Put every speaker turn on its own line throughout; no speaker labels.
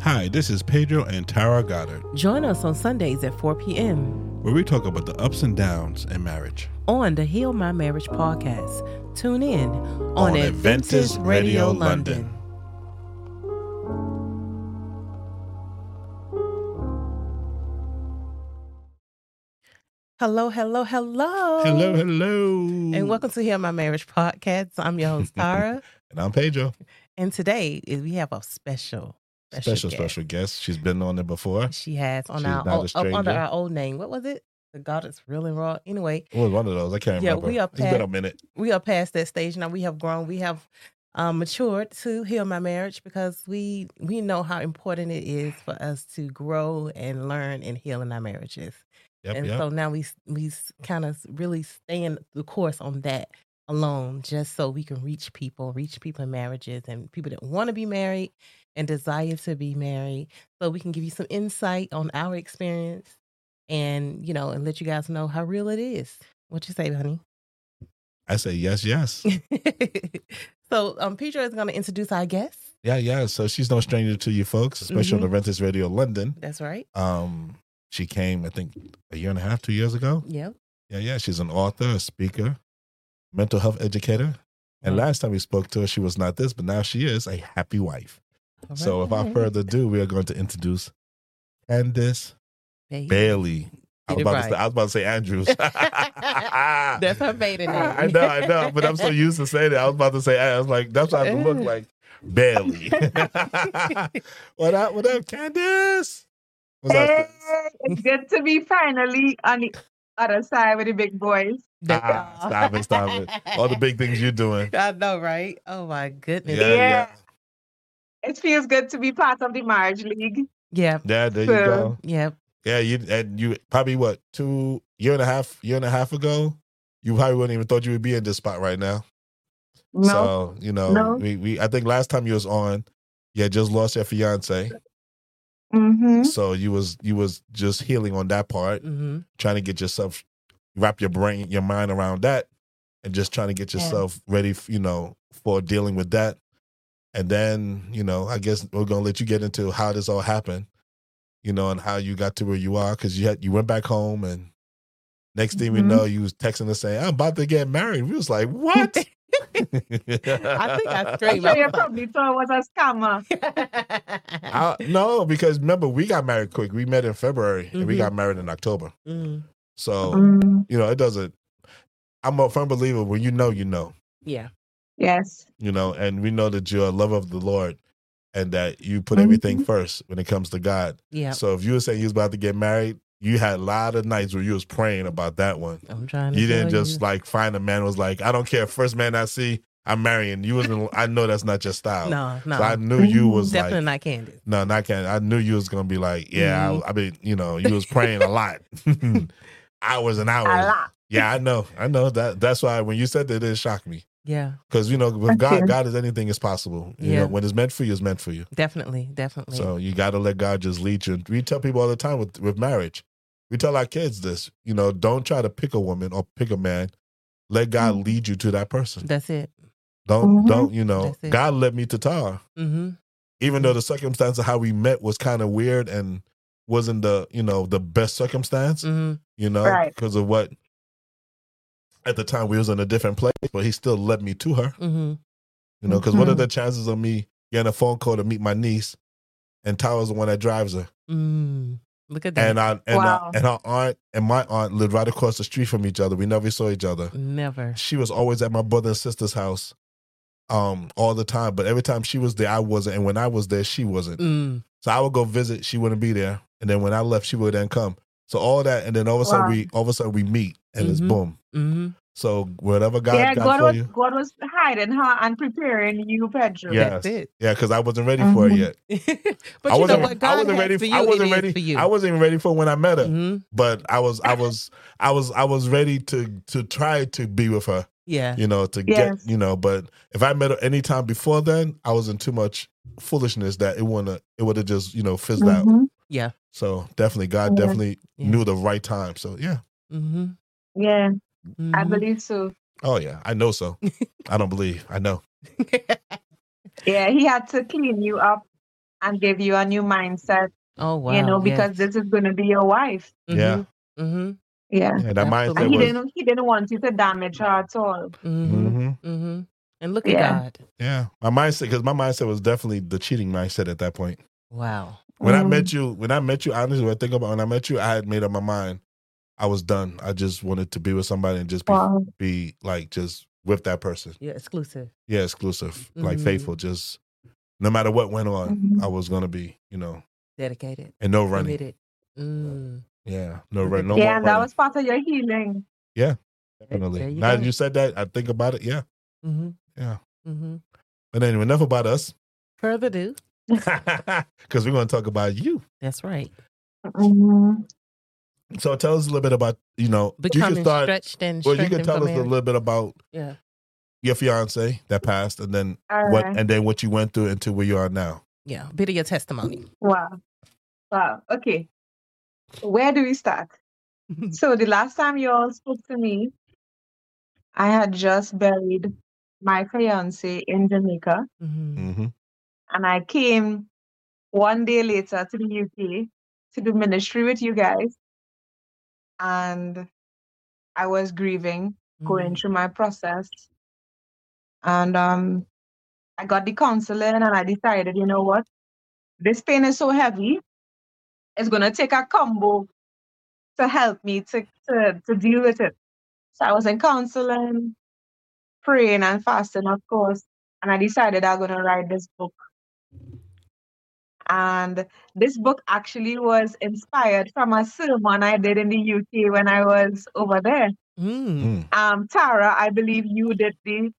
Hi, this is Pedro and Tara Goddard,
Join us on Sundays at 4 p.m.
where we talk about the ups and downs in marriage.
on the Heal My Marriage podcast. Tune in on,
Adventist Radio London.
Hello, hello, hello.
Hello, hello.
And welcome to Heal My Marriage podcast. I'm your host, Tara.
And I'm Pedro.
and today eh, we have a special, special,
Special,
guest.
special guest. She's been on there before.
She has on
She's
our
not a
old, up under
stranger.
our old name. What was it? The Goddard's Real and Raw. Anyway,
It was one of those. I can't
Yeah,
remember.
we are
it's been a
packed.
minute.
we are past that stage now. We have grown. We have um, matured to heal my marriage because we we know how important it is for us to grow and learn and heal in our marriages.
Yep,
and
yep.
so now we s- we kind of really staying the course on that alone, just so we can reach people, reach people in marriages and people that want to be married and desire to be married. So we can give you some insight on our experience and you know and let you guys know how real it is. What you say, honey?
I say yes, yes.
so um Pedro is gonna introduce our guest.
yeah, yeah. So she's no stranger to you folks, especially
Mm-hmm.
on the Rentis Radio London.
That's right.
Um, she came, I think, a year and a half, two years ago.
Yep.
Yeah, yeah. She's an author, a speaker, mental health educator. And
Wow.
last time we spoke to her, she was not this, but now she is a happy wife. So without
Alright.
further ado, we are going to introduce Candace
Baby.
Bailey. I was,
Did it
about to say,
right.
I was about to say Andrews.
That's her maiden name.
I know, I know, but I'm so used to saying it. I was about to say, I was like, that's what I have to look like. Bailey. what up, what up, Candace? What's up?
Hey,
sis?
it's good to be finally on the other side with the big boys.
Ah, stop it, stop it. All the big things you're doing.
I know, right? Oh my goodness.
Yeah, yeah.
Yeah. It feels good to be part of the marriage league.
Yeah.
Yeah, there you
Yeah.
go.
Yeah.
Yeah, you and you probably what two year and a half year and a half ago, you probably wouldn't even thought you would be in this spot right now.
No,
So you know,
No.
we, we I think last time you was on, you had just lost your fiance,
hmm
so you was you was just healing on that part,
Mm-hmm.
trying to get yourself wrap your brain your mind around that, and just trying to get
Yeah.
yourself ready, f- you know, for dealing with that. And then you know, I guess we're gonna let you get into how this all happened, you know, and how you got to where you are because you had you went back home and. Next thing
Mhm.
we know, you was texting us saying, "I'm about to get married." We was like, "What?" I think
I
I'm
screamed.
sure you probably thought I was a scammer.
I, no, because remember we got married quick. We met in February and we
Mhm.
got married in October.
Mm,
So
Mm,
you know it doesn't. I'm a firm believer when you know, you know,
yeah.
yes.
you know, and we know that you're a lover of the Lord and that you put
Mhm.
Mm-hmm.
everything first when it comes to God.
Yeah.
So if you were saying you was about to get married, you had a lot of nights where you was praying about that one.
I'm trying to
You didn't
tell
just
you.
like find a man who was like, I don't care, first man I see, I'm marrying. You was in, I know that's not your style.
No, no. Mm-hmm.
So I knew you was like
Definitely not Candace.
No, not can. I knew you was gonna be like, yeah.
Mm-hmm.
I, I mean, you know, you was praying a lot, hours and
A
hours.
lot.
Yeah, I know, I know that. That's why when you said that, it shocked me
Yeah.
because you know, with
Thank
God,
you.
God is anything is possible. You
Yeah.
know, when it's meant for you, it's meant for you.
Definitely. Definitely.
So you got to let God just lead you. We tell people all the time with with marriage, we tell our kids this. You know, don't try to pick a woman or pick a man. Let God
Mm.
Mhm.
lead you to that person.
That's it.
Don't
Mhm.
don't you know?
Mm-hmm. That's it.
God led me to Tar.
Mm-hmm.
even though the circumstance of how we met was kind of weird and wasn't the you know the best circumstance
Mm-hmm.
you know
Mm, Right.
because of what at the time we was in a different place but he still led me to her
Mm-hmm.
you know because what are
Mhm.
the chances of me getting a phone call to meet my niece and Tyler's the one that drives her
Mm. Look at that.
and I and
Wow.
I, and our aunt and my aunt lived right across the street from each other we never saw each other
Never.
she was always at my brother and sister's house um all the time but every time she was there I wasn't and when I was there she wasn't
Mm.
So I would go visit, she wouldn't be there. And then when I left, she would then come. So all that and then all of a sudden
Wow.
we all of a sudden we meet and it's
Mhm.
boom.
Mm-hmm.
So whatever God
yeah,
got
God
for
was,
you.
God was hiding her and preparing you, Pedro.
Yeah.
That's it.
Yeah, because I wasn't ready for it
Mhm.
yet.
Mm-hmm. but
I
you
wasn't,
know what?
I
God
wasn't
has
ready
for you.
I
it
wasn't
is
ready
for you.
I wasn't even ready for when I met her.
hmm
But I was I was I was I was ready to to try to be with her,
Yeah.
you know, to
Yes.
get you know, but if I met her any time before then, I was in too much foolishness that it wouldn't it would have just, you know, fizzed out.
Mhm.
Yeah.
So definitely God
Yeah.
definitely
Yeah.
knew the right time. So yeah.
Mm-hmm.
Yeah, I believe so.
Oh yeah, I know so. I don't believe. I know.
Yeah, he had to clean you up and give you a new mindset,
Oh wow.
you know, because this is going to be your wife.
Yeah.
Mm-hmm.
Yeah.
And that mindset
That
And he
was, Mm.
didn't, he didn't want you to damage her at all.
Mm-hmm.
hmm
Mm-hmm. And look
Yeah.
at God.
yeah, my mindset because my mindset was definitely the cheating mindset at that point.
Wow.
When I
Mm.
met you, when I met you, honestly, when I think about when I met you, I had made up my mind. I was done. I just wanted to be with somebody and just be,
Wow.
be like just with that person.
You're exclusive.
Yeah, exclusive, like
Mm-hmm.
Mhm.
faithful. Just no matter what went on,
Mhm.
I was gonna be, you know,
Dedicated.
and no running.
Committed. Mm.
Yeah, no running. No
yeah,
more
and that
running.
was part of your healing.
Definitely.
There you
now
go.
that you said that, I think about it. Yeah,
Mm-hmm.
yeah.
Mm-hmm.
But anyway, enough about us,
Further ado.
because we're gonna talk about you.
That's right.
Mhm.
So tell us a little bit about you know you
Becoming
can start.
stretched and
Well, you can
strengthened
tell
for
us a
marriage.
little bit about
Yeah.
your fiance that passed, and then
All
what,
right.
and then what you went through into where you are now.
Yeah. Bit of your testimony.
Wow. Wow. Okay. Where do we start? So the last time you all spoke to me, I had just buried my fiance in Jamaica,
Mm-hmm.
Mm-hmm.
and I came one day later to the UK to do ministry with you guys, and I was grieving, going through my process, and um, I got the counseling, and I decided, you know what, this pain is so heavy, it's gonna take a combo to help me to to, to deal with it. So I was in counseling, praying and fasting, of course. And I decided I'm gonna write this book. And this book actually was inspired from a sermon I did in the UK when I was over there.
Mm.
Um, Tara, I believe you did the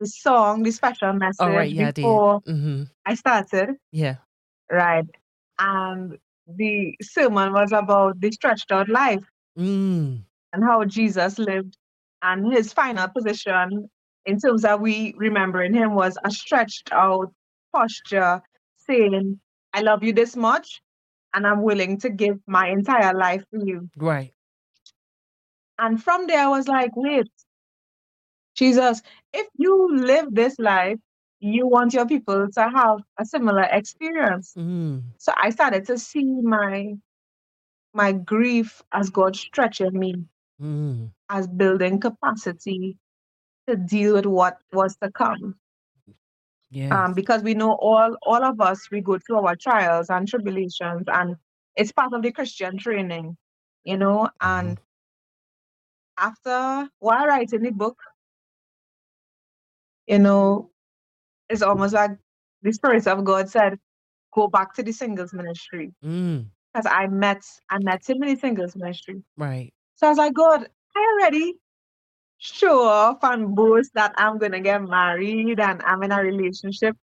the song, the special message
All Oh, right. Yeah, I did.
before
Mm-hmm.
I started.
Yeah.
Right. And the sermon was about the stretched out life.
Mm.
and how Jesus lived and his final position in terms that we remembering him was a stretched out posture saying, I love you this much and I'm willing to give my entire life for you.
Right.
And from there I was like, wait, Jesus, if you live this life, you want your people to have a similar experience.
Mm.
So I started to see my my grief as God stretching me
Mm.
as building capacity to deal with what was to come.
Yeah.
Um, because we know all all of us we go through our trials and tribulations, and it's part of the Christian training, you know. And after while writing the book, you know, it's almost like the Spirit of God said, "Go back to the singles ministry,"
mm.
because I met I met him in the singles ministry.
Right.
So I was like, God, I already show off and boast that I'm gonna get married and I'm in a relationship.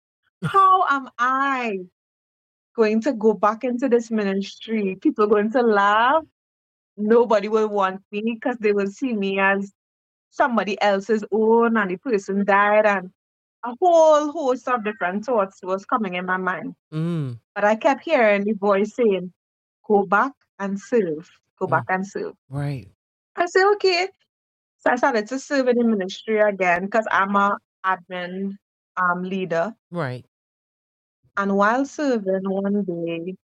How am I going to go back into this ministry? People going to laugh. Nobody will want me because they will see me as somebody else's own and the person died and a whole host of different thoughts was coming in my mind.
Mm.
But I kept hearing the voice saying, Go back and serve. Go
Mm.
back and serve.
Right.
I said, okay. So I started to serve in the ministry again because I'm a admin um, leader.
Right.
And while serving one day,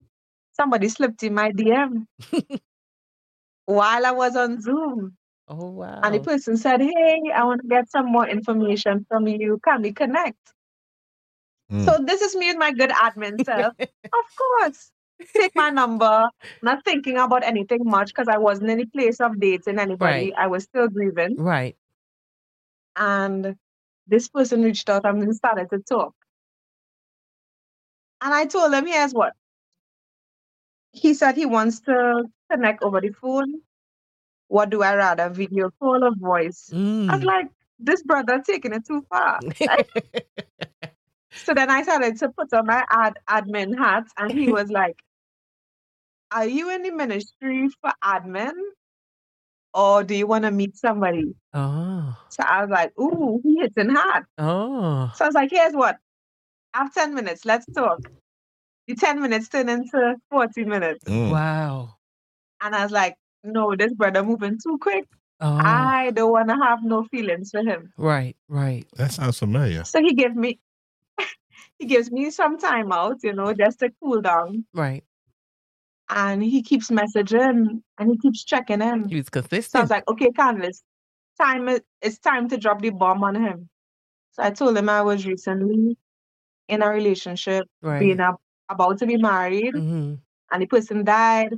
somebody slipped in my DM while I was on Zoom.
Oh wow.
And the person said, hey, I want to get some more information from you. Can we connect?
Mm.
So this is me with my good admin self. of course. Take my number, not thinking about anything much because I wasn't in a place of dating anybody. I was still grieving.
right.
and this person reached out and we started to talk. And I told him, here's what. He said he wants to connect over the phone. What do I rather, video call or voice? I was
Mm.
like, this brother taking it too far. So then I started to put on my ad admin hat, and he was like, "Are you in the ministry for admin, or do you want to meet somebody?"
oh.
So I was like, "Ooh, he hitting hard."
Oh.
So I was like, here's what. I have 10 minutes. Let's talk. The 10 minutes turned into 40 minutes.
Mm.
Wow.
And I was like, no, this brother moving too quick.
Oh.
I don't want to have no feelings for him.
Mm.
right. Right.
That sounds familiar.
So he gave me he gives me some time out, you know, just to cool down.
Right.
And he keeps messaging and he keeps checking in.
He was
So I was
consistent.
like, okay, Candace, time is, it's time to drop the bomb on him. So I told him I was recently in a relationship,
right.
being a, about to be married,
hmm
and the person died,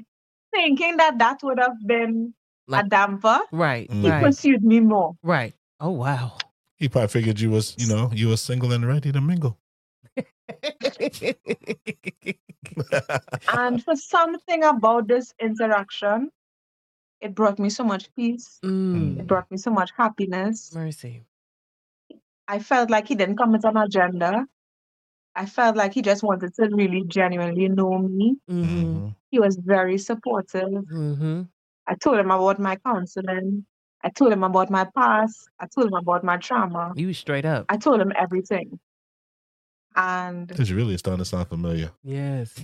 thinking that that would have been a
Like-
damper.
Right.
Mm.
He
Right.
pursued me more.
Right. Oh wow.
He probably figured you was, you know, you was single and ready to mingle.
Mm, Mm-hmm.
And for something about this interaction, it brought me so much peace.
Mm,
It brought me so much happiness.
Mercy.
I felt like he didn't come with an agenda. I felt like he just wanted to really genuinely know me.
Mm-hmm.
Mhm.
He was very supportive.
Mm-hmm.
I told him about my counseling. I told him about my past. I told him about my trauma.
You was straight up.
I told him everything. And
It's really starting to sound familiar.
yes.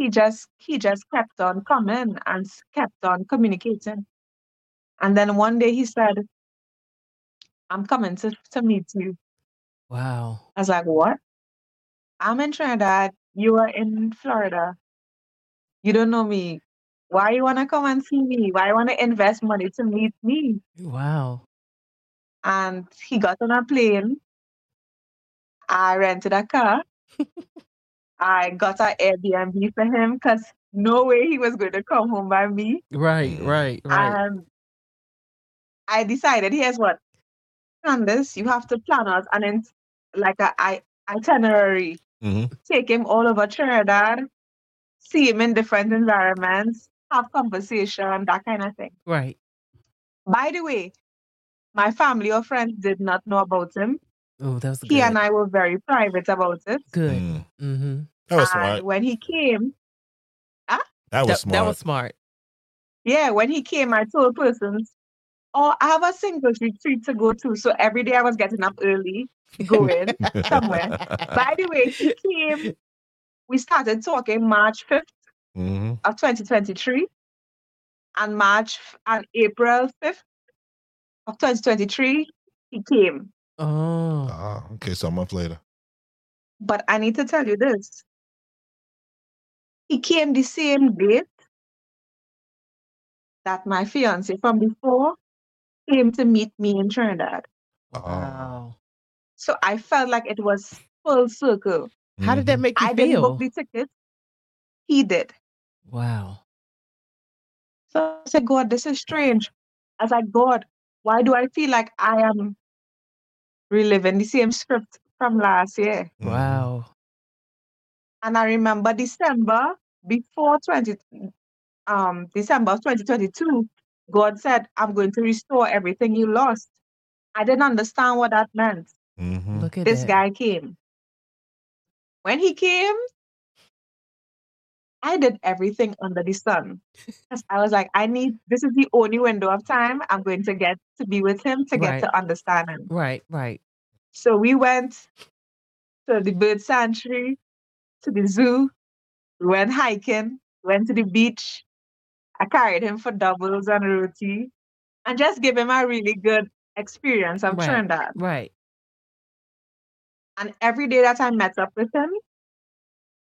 he just he just kept on coming and s- kept on communicating. And then one day he said, I'm coming to, to meet you.
Wow.
I was like, what? I'm in Trinidad. You are in Florida. You don't know me. Why you wanna come and see me? Why you wanna invest money to meet me?
Wow.
And he got on a plane. I rented a car. I got an Airbnb for him because no way he was going to come home by me.
Right. Right. Right.
And I decided, here's what, Candace, you have to plan out and then like a i- itinerary.
Mhm.
take him all over Trinidad, see him in different environments, have conversation, that kind of thing.
right.
By the way, my family or friends did not know about him.
Oh, that was good.
He and I were very private about it.
good.
Mm.
Mm-hmm.
That was
and
smart.
when he came,
That was
that,
smart.
that was smart.
yeah, when he came, I told persons, oh, I have a singles retreat to go to. So every day I was getting up early, going somewhere. By the way, he came, we started talking March 5th.
hmm
of 2023 and March f- and April 5th of 2023, he came.
Oh.
Ah, okay. So a month later.
But I need to tell you this. He came the same date that my fiance from before came to meet me in Trinidad.
Oh.
Wow.
So I felt like it was full circle.
How did that
Mhm.
make you
I didn't
feel?
book the ticket. He did.
Wow.
So I said, God, this is strange. I was like, God, why do I feel like I am reliving the same script from last year?
Mhm.
Wow.
and I remember December before 20 um December of 2022 God said I'm going to restore everything you lost. I didn't understand what that meant.
Mhm.
Look at
This
that.
guy came. When he came I did everything under the sun. 'Cause I was like I need this is the only window of time I'm going to get to be with him to get
Right.
to understand him.
Right. Right.
So we went to the bird sanctuary, to the zoo, we went hiking, went to the beach. I carried him for doubles and roti and just gave him a really good experience of
Right.
Trinidad.
Right.
And every day that I met up with him,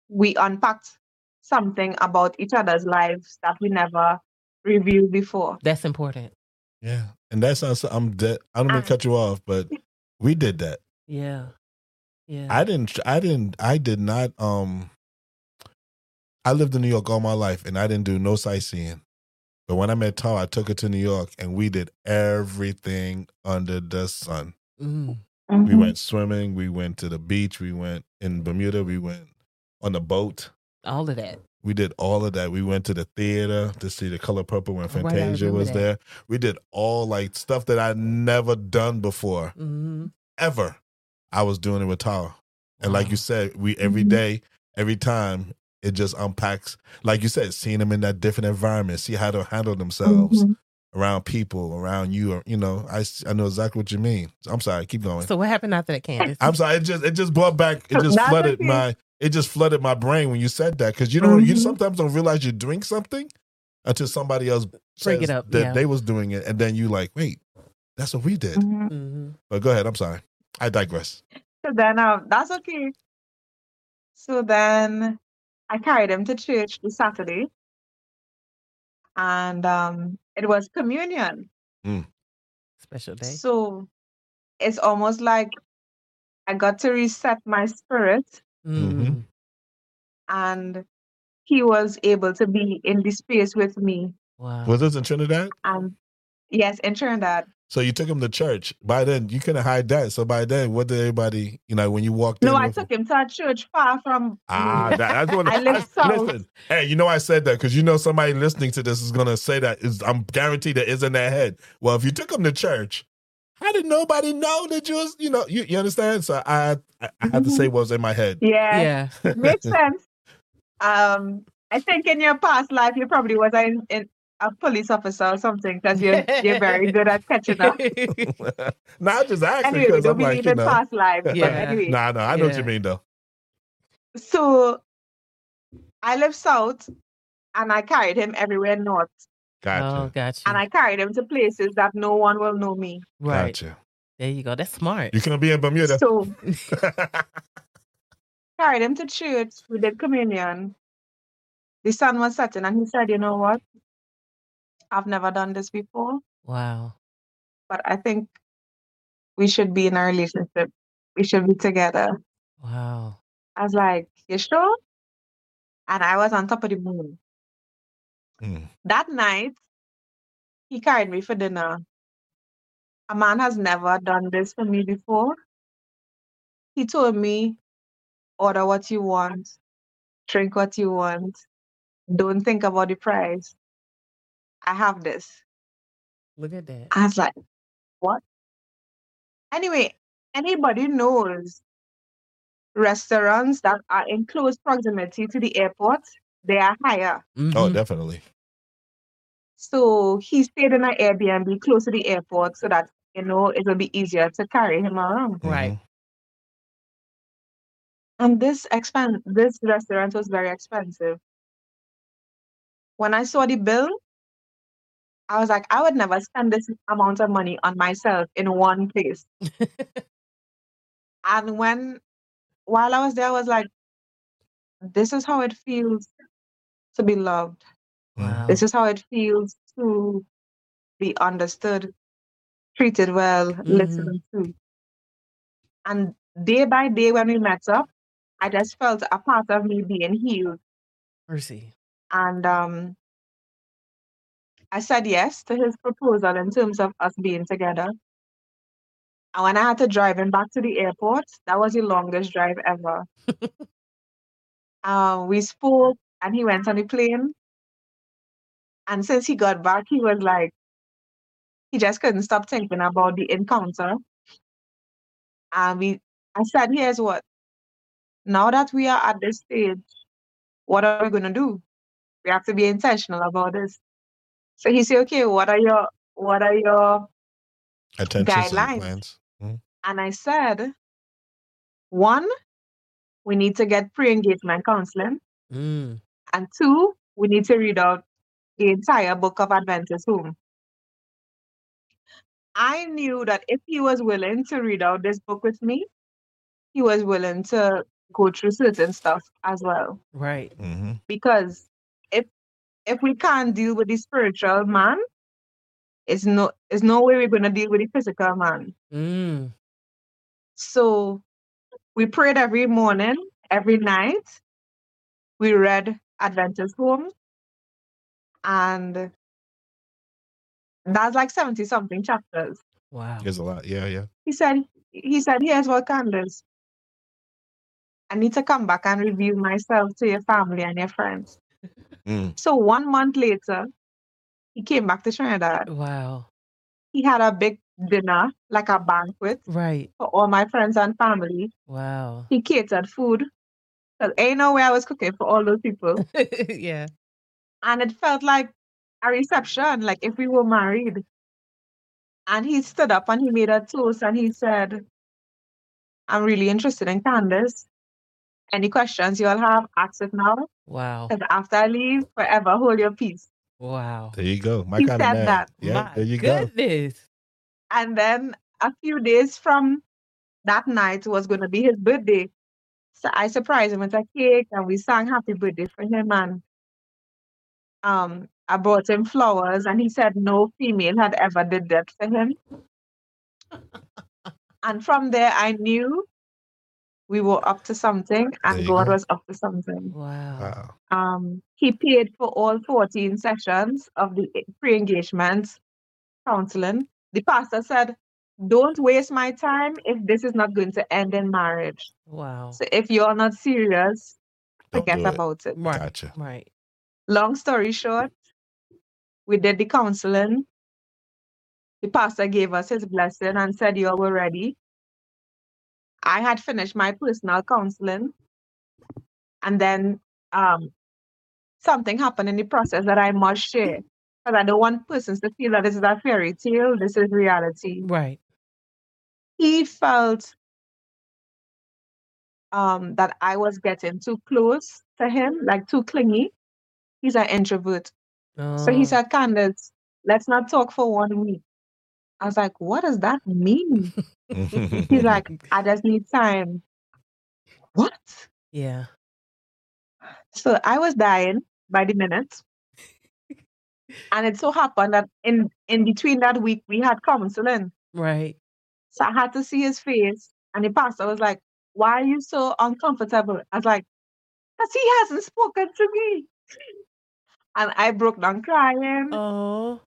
we unpacked something about each other's lives that we never reviewed before.
That's important.
Yeah. And that sounds. I'm. De- I don't
Um,
mean to
Ah.
cut you off, but we did that.
Yeah. Yeah.
I didn't. I didn't. I did not. Um, I lived in New York all my life, and I didn't do no sightseeing. But when I met Tara, I took her to New York, and we did everything under the sun.
mm.
Mm-hmm.
We went swimming. We went to the beach. We went in Bermuda. We went on the boat.
All of that.
We did all of that. We went to the theater to see the color purple when
Right, I
Fantasia
remember
was
that.
there. We did all like stuff that I'd never done before
Mm-hmm.
ever. I was doing it with Tara. And like you said, we every
Mm-hmm.
Mhm.
day, every time, it just unpacks. Like you said, seeing them in that different environment, see how they handle themselves
Mhm.
Mm-hmm.
around people, around you. Or, you know, I s- I know exactly what you mean. So I'm sorry, keep going.
So what happened after that, Candace?
I'm sorry. It just it just brought back. It just
That's
flooded
okay.
my. It just flooded my brain when you said that because you know you
Mhm.
Mm-hmm.
sometimes don't realize you drink something until somebody else
Bring
says
it up,
that
yeah.
they was doing it, and then you like, wait, that's what we did.
Mhm.
Mm-hmm.
But go ahead. I'm sorry. I digress.
So then um, that's okay. So then I carried him to church the Saturday, and um, it was communion.
Special day.
So it's almost like I got to reset my spirit,
Mm-hmm.
Mhm.
and he was able to be in the space with me.
Wow.
Was this in Trinidad?
And yes, in Trinidad,
So you took him to church. By then, you couldn't hide that. So by then, what did everybody, you know, when you walked in?
no, I
with-
took him to a church far from. me.
Ah, that, that's what
I live south.
Listen, hey, you know I said that because you know somebody listening to this is gonna say that is I'm guaranteed that is in their head. Well, if you took them to church, how did nobody know that you was, you know, you, you understand? So I I, I had to say what was in my head.
yeah,
yeah.
makes sense. Um, I think in your past life you probably was in, in a police officer or something because you're you're very good at catching up.
no, I just asked
Anyway, we
because
don't
I'm like,
believe
you
in
know,
past life.
Yeah.
Yeah. Anyway,
nah, nah, I know what you
Yeah.
mean though.
so I live south, and I carried him everywhere north,
oh,
Gotcha,
gotcha.
and I carried him to places that no one will know me.
Oh, right.
gotcha.
There you go. That's smart.
You couldn't be in Bermuda.
So carried him to church. We did communion. The sun was setting, and he said, "You know what? I've never done this before."
Wow.
but I think we should be in a relationship. We should be together.
Wow.
I was like, You sure? And I was on top of the moon.
Mm.
That night, he carried me for dinner. A man has never done this for me before. He told me, Order what you want, drink what you want, don't think about the price. I have this.
Look at that.
I was like, what? Anyway, anybody knows restaurants that are in close proximity to the airport, they are higher.
Oh,
Mhm.
definitely.
So he stayed in an Airbnb close to the airport so that, you know, it will be easier to carry him around.
Right.
Mhm.
And this expen- this restaurant was very expensive. When I saw the bill, I was like, I would never spend this amount of money on myself in one place. and when while I was there, I was like, this is how it feels to be loved.
mm-hmm.
Wow.
This is how it feels to be understood, treated well, listened to. And day by day, when we met up, I just felt a part of me being healed.
Mercy.
And um, I said yes to his proposal in terms of us being together. And when I had to drive him back to the airport, that was the longest drive ever. uh, we spoke and he went on the plane. And since he got back, he was like, he just couldn't stop thinking about the encounter. And we, I said, here's what. Now that we are at this stage, what are we going to do? We have to be intentional about this. So he said, okay, what are your, what are your
Attention
Guidelines.
plans.
And I said, one, we need to get pre engagement counseling.
Mm.
And two, we need to read out the entire book of Adventist Home. I knew that if he was willing to read out this book with me, he was willing to go through certain stuff as well.
Right.
hmm
Because if if we can't deal with the spiritual man, it's no it's no way we're gonna deal with the physical man.
Mm.
So we prayed every morning, every night. We read Adventist Home. And that's like 70 something chapters.
Wow.
There's a lot. Yeah, yeah.
He said, he said, here's what candles. I need to come back and review myself to your family and your friends.
Mm.
So one month later, he came back to Trinidad.
Wow.
He had a big dinner, like a banquet
Right.
for all my friends and family.
Wow.
he catered food. 'Cause ain't no way I was cooking for all those people.
yeah.
and it felt like a reception, like if we were married. And he stood up and he made a toast and he said, I'm really interested in Candace. Any questions you all have, ask it now.
Wow.
Because after I leave, forever hold your peace.
Wow.
There you go. My
He
kind of
said
man.
that.
Yeah,
My
there you go.
goodness.
And then a few days from that night was going to be his birthday. So I surprised him with a cake and we sang happy birthday for him and um I bought him flowers and he said no female had ever did that for him. and from there I knew we were up to something
There
and
you
God
go.
was up to something.
Wow.
Wow.
Um he paid for all 14 sessions of the pre-engagement counseling. The pastor said, Don't waste my time if this is not going to end in marriage.
Wow.
So if you're not serious,
Don't
forget
do it.
about it.
Right.
Gotcha.
Right.
Long story short, we did the counseling. The pastor gave us his blessing and said, You were ready. I had finished my personal counseling. And then um, something happened in the process that I must share. Because I don't want persons to feel that this is a fairy tale, this is reality.
Right.
he felt um, that I was getting too close to him, like too clingy. He's an introvert. So he
Oh.
said, Candace, let's not talk for one week. I was like, what does that mean? He's like, I just need time. What?
yeah.
So I was dying by the minute. And it so happened that in, in between that week, we had counseling.
Right.
So I had to see his face. And the pastor was like, Why are you so uncomfortable? I was like, Because he hasn't spoken to me. And I broke down crying.
Oh.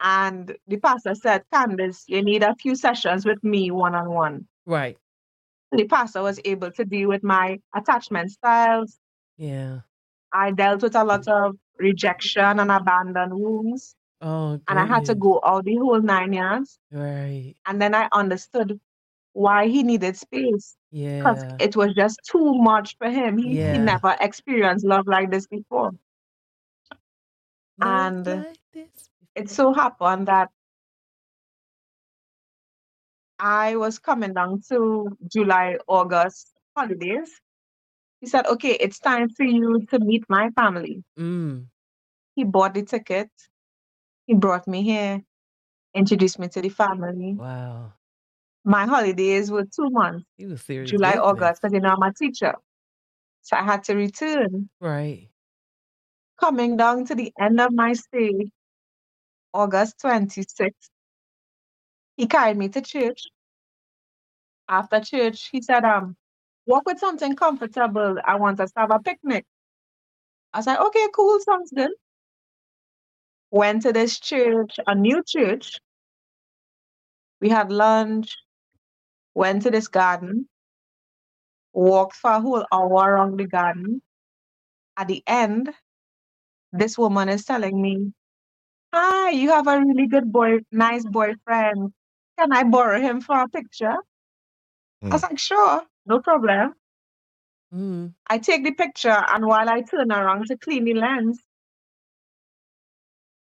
And the pastor said, Candace, you need a few sessions with me one on one.
Right.
The pastor was able to deal with my attachment styles.
Yeah.
I dealt with a lot of rejection and abandoned wounds.
Oh.
And I had to
goodness.
go out the whole nine yards.
Right.
And then I understood why he needed space. because
Yeah.
it was just too much for him. He, he
Yeah.
never experienced love like this before.
Love
and
like this
It
before.
so happened that I was coming down to July, August holidays. He said, Okay, it's time for you to meet my family.
Mm.
He bought the ticket. He brought me here, introduced me to the family.
Wow.
My holidays were two months
He was serious.
July,
business.
August, because you know I'm a teacher. So I had to return.
Right.
coming down to the end of my stay, August 26th, he carried me to church. After church, he said, um, walk with something comfortable. I want us to have a picnic. I said, okay, cool, sounds good. Went to this church, a new church. We had lunch, went to this garden, walked for a whole hour around the garden. At the end, this woman is telling me, Hi, you have a really good boy, nice boyfriend. Can I borrow him for a picture? I was like, Sure, no problem.
Mm.
I take the picture, and while I turn around to clean the lens,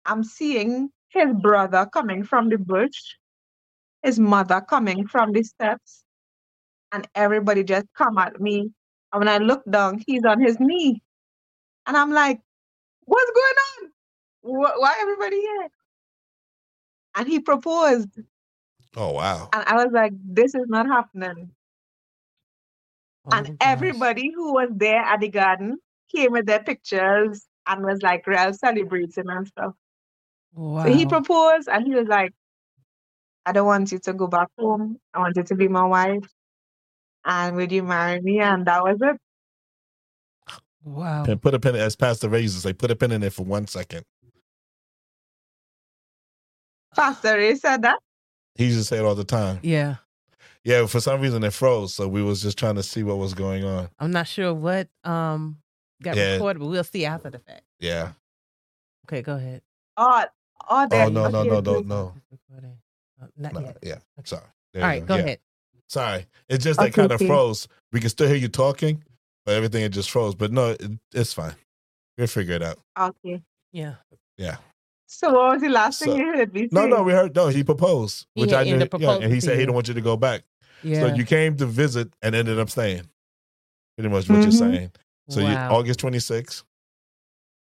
I'm seeing his brother coming from the bush, his mother coming from the steps, and everybody just come at me. And when I look down, he's on his knee, and I'm like, "What's going on? Wh- Why everybody here?" And he proposed,
oh wow.
and I was like, "This is not happening."
Oh, my gosh.
and everybody who was there at the garden came with their pictures and was like real celebrating and stuff.
Wow.
So he proposed and he was like, I don't want you to go back home. I want you to be my wife. And would you marry me? And that was it.
wow.
And put a pin as Pastor Ray used to say, put a pin in it for one second.
Pastor Ray said that.
He used to say it all the time.
Yeah.
Yeah, for some reason it froze, so we was just trying to see what was going on.
I'm not sure what um got
Yeah.
recorded, but we'll see after the fact.
Yeah.
Okay. Go ahead.
Oh, oh,
Oh
there.
no, no,
okay,
no,
okay.
don't no.
Recording. Uh, not
no.
yet.
Yeah. Sorry. There
All
you
right. Go
Yeah.
ahead.
Sorry. It's just that
Okay,
kind of
okay.
froze. We can still hear you talking, but everything it just froze. But no, it, it's fine. We'll figure it out.
Okay.
Yeah.
So what was the last
So-
thing you heard me
No,
say?
no, we heard no, he proposed.
Hmm. He
Which I
ended
did
up
yeah, and he
proposing
said
to
he
you.
didn't want you to go back.
Yeah.
So you came to visit and ended up staying. Pretty much what you're
Mhm.
saying. So you,
Mm-hmm. wow.
August 26th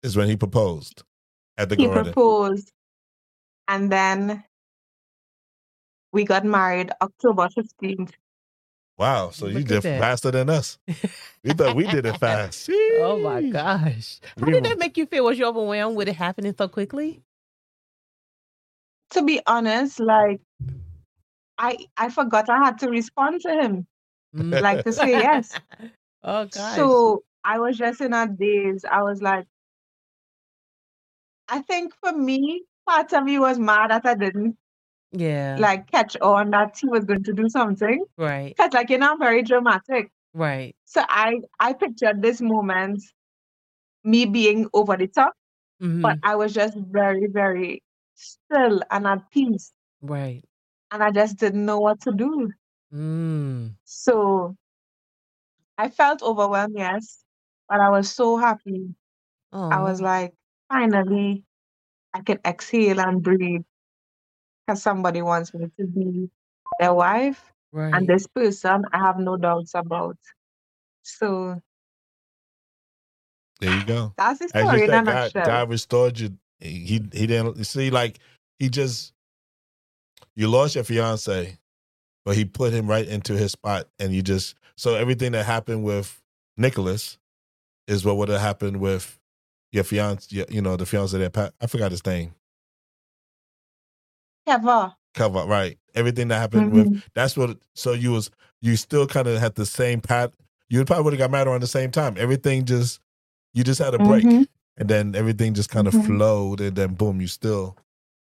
is when he proposed at the
he
garden.
proposed. And then we got married October 15th.
Wow. So you
Look at
did
that.
faster than us. We thought we did it fast.
Oh my
Sheesh.
gosh. How
We
did
were-
that make you feel? Was you overwhelmed with it happening so quickly?
to be honest, like I I forgot I had to respond to him,
Mm.
like to say yes.
oh gosh.
So I was just in a daze. I was like, I think for me, part of me was mad that I didn't
yeah.
like catch on that he was going to do something.
right.
Cause like you know, I'm very dramatic.
Right.
So I I pictured this moment, me being over the top,
Mhm.
but I was just very very still and at peace,
Right.
and I just didn't know what to do.
Mm.
So I felt overwhelmed, yes, but I was so happy. I was
Mm-hmm.
Aw.
like, finally, I can exhale and breathe because somebody wants me to be their wife
right.
and this person I have no doubts about. So
There you go.
that's the
As you
story in a
said, God,
nutshell.
God restored you. He he didn't see like he just you lost your fiance, but he put him right into his spot, and you just so everything that happened with Nicholas is what would have happened with your fiance. Your, you know the fiance that pa- I forgot his name.
Never.
Cover right. Everything that happened with
Mhm.
That's what. So you was you still kind of had the same pat. You probably would have got married around the same time. Everything just you just had a break,
Mhm.
and then everything just kind of
Mhm.
flowed, and then boom, you still.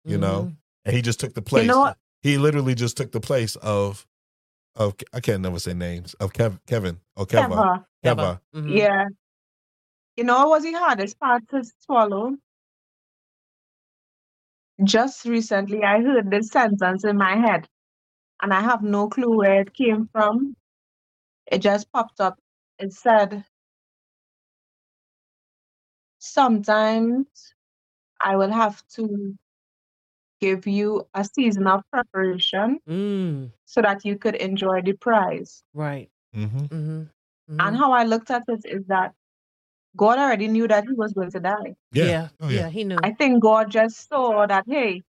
you know,
Mhm.
And he just took the place.
You know what?
He literally just took the place of of I can't never say names of Kev, Kevin or Keva
Never.
Keva.
Mhm.
Yeah. You know what was the hardest part to swallow? Just recently, I heard this sentence in my head, and I have no clue where it came from. It just popped up. It said, Sometimes I will have to give you a season of preparation
Mm.
so that you could enjoy the prize.
Right.
Mm-hmm.
Mm-hmm.
And how I looked at it is that God already knew that he was going to die.
Yeah.
Yeah.
Oh,
yeah.
yeah.
He knew.
I think God just saw that, hey,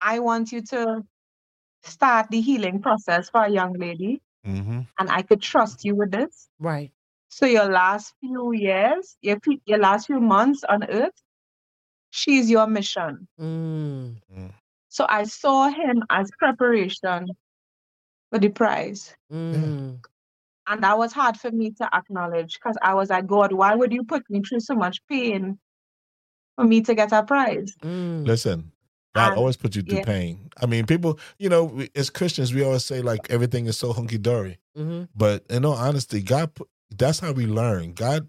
I want you to start the healing process for a young lady,
Mm-hmm.
and I could trust you with this.
right.
So, your last few years, your, fe- your last few months on earth, she's your mission.
Mm.
Mm-hmm.
So, I saw him as preparation for the prize.
Mm.
And that was hard for me to acknowledge because I was like, God, why would you put me through so much pain for me to get a prize?
Mm.
Listen, God
Um,
always puts you through
yeah.
pain. I mean, people. You know, we, as Christians, we always say like everything is so hunky dory,
Mhm.
but in all honesty, God. put- That's how we learn. God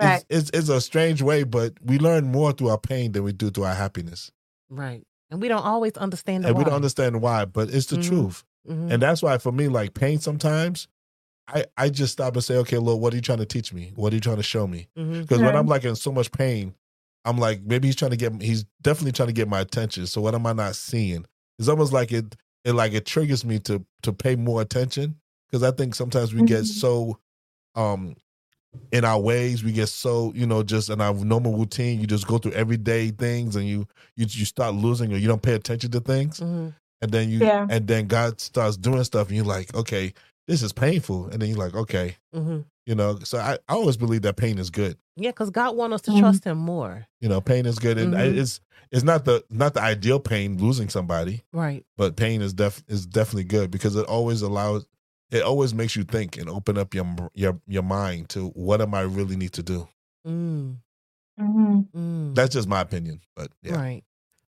Right.
It's, it's, it's a strange way, but we learn more through our pain than we do through our happiness.
Right. And we don't always understand the
and we don't
why.
understand why, but it's the
Mhm.
truth.
Mhm.
And that's why for me, like pain sometimes, I, I just stop and say, okay, Lord, what are you trying to teach me? What are you trying to show me?
Mhm.
Because when
Yeah.
I'm like in so much pain, I'm like, maybe he's trying to get, he's definitely trying to get my attention. So what am I not seeing? It's almost like it, it like it triggers me to to pay more attention because I think sometimes we get
Mhm.
so um in our ways we get so you know just in our normal routine you just go through everyday things and you you you start losing or you don't pay attention to things
Mhm.
and then you
Yeah.
and then God starts doing stuff and you're like okay this is painful and then you're like okay
Mhm.
you know so I, I always believe that pain is good
Yeah, because God wants us to
Mhm.
trust Him more.
you know pain is good and I-
Mhm.
it's it's not the not the ideal pain losing somebody
Right.
but pain is def is definitely good because it always allows it always makes you think and open up your your your mind to what am I really need to do
Mm.
Mhm.
Mm.
that's just my opinion but yeah.
Right.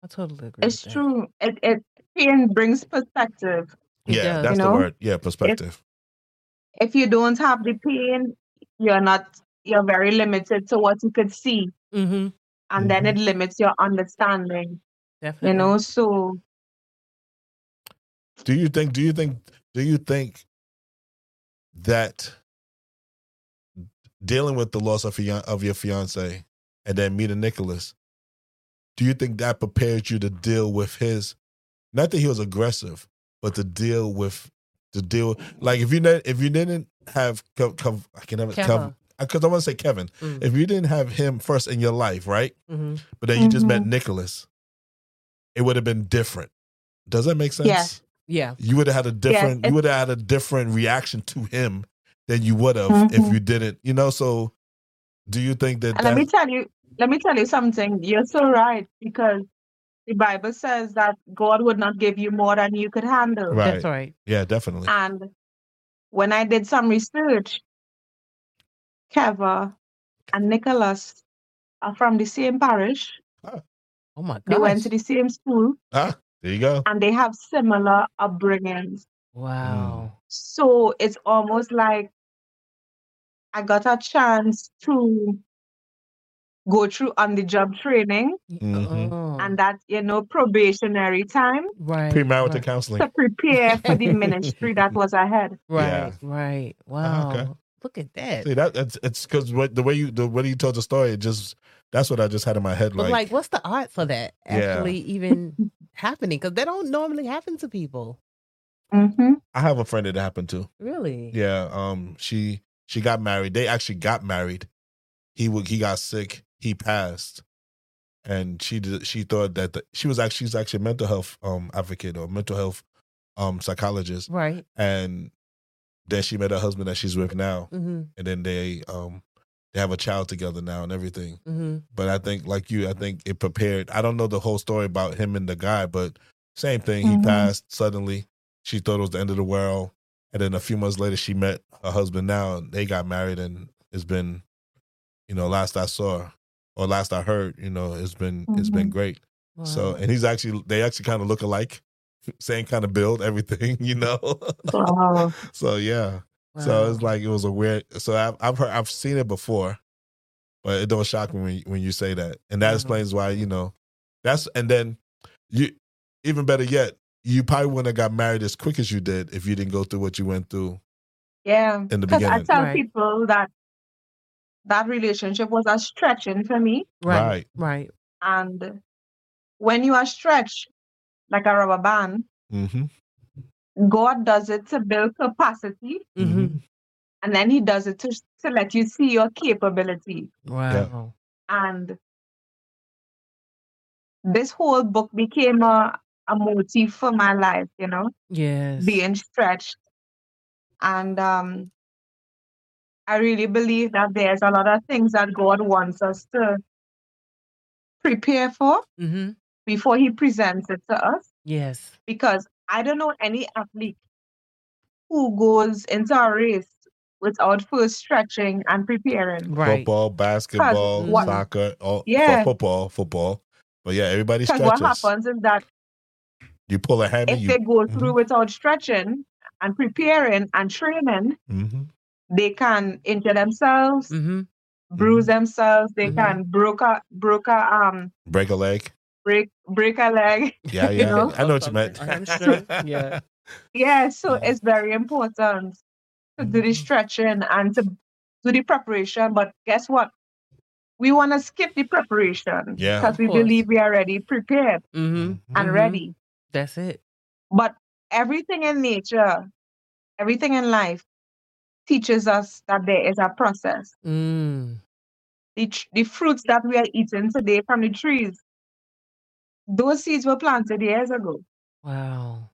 I totally agree.
It's
with that.
true. It it pain brings perspective.
It
yeah,
does.
that's
You know?
the word. Yeah, perspective.
If you don't have the pain, you're not you're very limited to what you could see.
Mm-hmm.
And then it limits your understanding.
Definitely.
You know, so
Do you think? Do you think? Do you think that dealing with the loss of your of your fiance and then meeting Nicholas, do you think that prepared you to deal with his? Not that he was aggressive, but to deal with to deal like if you didn't if you didn't have Kev, Kev, I can never
Kevin.
Kev because I want to say Kevin
Mm.
if you didn't have him first in your life right
Mm-hmm.
but then you just met
Mhm.
Nicholas, it would have been different. Does that make sense?
Yes.
Yeah.
you would have had a different
it's-
you would have had a different reaction to him than you would have if
Mm-hmm.
Mhm.
you didn't you know so do you think that,
And let
that
me tell you, let me tell you something. You're so right because the Bible says that God would not give you more than you could handle.
right
That's right.
yeah definitely
Ah.
And when I did some research, Keva and Nicholas are from the same parish.
Oh my
They went
gosh.
to the same school
ah there you go
and they have similar upbringings.
Wow.
So it's almost like I got a chance to go through on the job training
Mhm.
Oh,
and that, you know, probationary time
right.
premarital
right,
counseling
to prepare for the ministry that was ahead.
Right.
Yeah.
Right. Wow.
Ah, okay.
Look at that.
See, that it's it's because the way you the way you told the story, it just that's what I just had in my head.
But
Like,
like, what's the odds for that
Yeah.
actually even happening? Because that don't normally happen to people.
hmm
I have a friend that it happened to.
Really?
Yeah, um, she she got married. They actually got married. He would he got sick. He passed, and she did, she thought that the, she was actually she's actually a mental health um advocate or mental health um psychologist,
Right.
and then she met her husband that she's with now,
Mm-hmm.
and then they um they have a child together now and everything.
Mm-hmm.
but I think like you, I think it prepared. I don't know the whole story about him and the guy, but same thing.
Mhm.
He passed suddenly. She thought it was the end of the world, and then a few months later, she met her husband. Now and they got married, and it's been, you know, last I saw or last I heard, you know, it's been it's been great. So and he's actually they actually kind of look alike, same kind of build, everything, you know.
Wow.
so yeah. So it's like it was a weird. So I've I've heard I've seen it before, but it don't shock me when you, when you say that, and that
Mhm.
explains why you know that's. And then you even better yet, you probably wouldn't have got married as quick as you did if you didn't go through what you went through
Yeah.
in the
Because I
beginning.
tell
Right.
people that that relationship was a stretching for me.
right. Right.
And when you are stretched like a rubber band,
Mm-hmm.
God does it to build capacity
Mm-hmm.
and then He does it to, to let you see your capability.
Wow.
And this whole book became a, a motif for my life, you know?
Yes.
being stretched. And um, I really believe that there's a lot of things that God wants us to prepare for
Mm-hmm.
before He presents it to us.
Yes.
Because I don't know any athlete who goes into a race without first stretching and preparing.
Right.
Football, basketball,
what-
soccer, all
Yeah.
fo- football, football. But yeah, everybody
Because what
stretches.
happens is that
You pull a hammy.
if
You. Mm-hmm.
they go through without stretching and preparing and training,
Mhm.
they can injure themselves,
Mm-hmm.
bruise themselves. They
Mhm.
can broke a broke a um
Break a leg.
break break a leg.
Yeah, yeah.
know?
I know what you meant.
I'm sure. Yeah.
Yeah, so
Mm-hmm.
Mhm.
it's very important to do the
Mhm.
stretching and to do the preparation. But guess what? We want to skip the preparation
Yeah.
because
Of
we
course.
believe we are already prepared
Mm-hmm.
and
Mhm.
ready.
That's it.
But everything in nature, everything in life, teaches us that there is a process.
Mm.
the, tr- the fruits that we are eating today from the trees, those seeds were planted years ago.
Wow.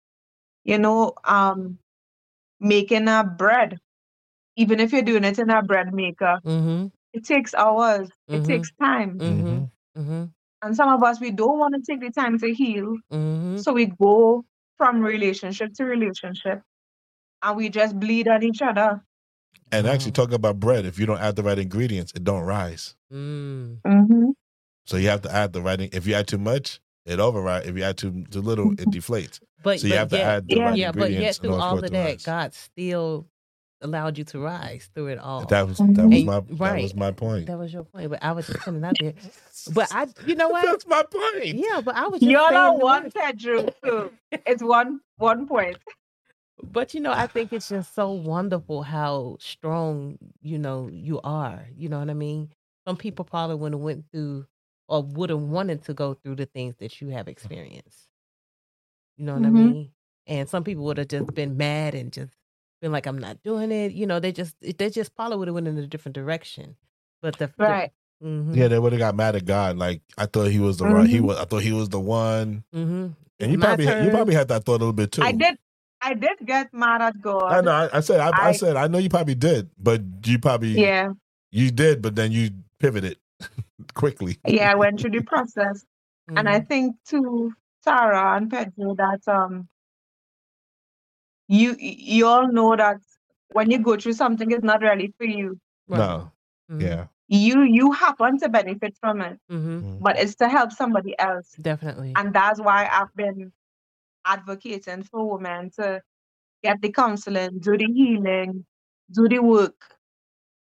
You know, um, making a bread, even if you're doing it in a bread maker,
Mm-hmm.
it takes hours, it
Mhm.
takes time.
Mm-hmm. Mm-hmm.
And some of us, we don't want to take the time to heal.
Mm-hmm.
So we go from relationship to relationship and we just bleed on each other.
And actually,
Wow.
talking about bread, if you don't add the right ingredients, it don't rise.
Mm.
Mm-hmm.
So you have to add the right. in- If you add too much, it overrides. If you add too, too little, it deflates.
But
So you
but
have to
yet-
add the
Yeah.
right
yeah, but
ingredients.
yet
in
through
order for
all
it
of
to
that,
rise.
God still allowed you to rise through it all.
that was that was
And-
my that
right.
was my point.
That was your point, but I was just putting it out there. But I, you know what?
That's my point.
Yeah, but I was just
Y'all are
saying the
one
word.
bedroom, so it's one one point.
But you know, I think it's just so wonderful how strong you know you are. You know what I mean? Some people probably wouldn't went through or would have wanted to go through the things that you have experienced. You know what
Mhm.
I mean? And some people would have just been mad and just been like, "I'm not doing it." You know, they just they just probably would have went in a different direction. But the the-
Right.
mhm,
Yeah, they would have got mad at God. Like I thought he was the right. He was. I thought he was the one.
mhm.
And you
Mm-hmm. My
probably you
turn.
probably had that thought a little bit too.
I did I did get mad at God.
I know. I, I said. I, I,
I-
said. I know you probably did, but you probably
Yeah.
you did, but then you pivoted quickly.
Yeah, I went through the process. And I think to Sarah and Pedro that um you y- you all know that when you go through something it's not really for you.
mm-hmm.
No. Yeah. Mm.
You you happen to benefit from it,
hmm
but it's to help somebody else.
Definitely.
And that's why I've been advocating for women to get the counseling, do the healing, do the work.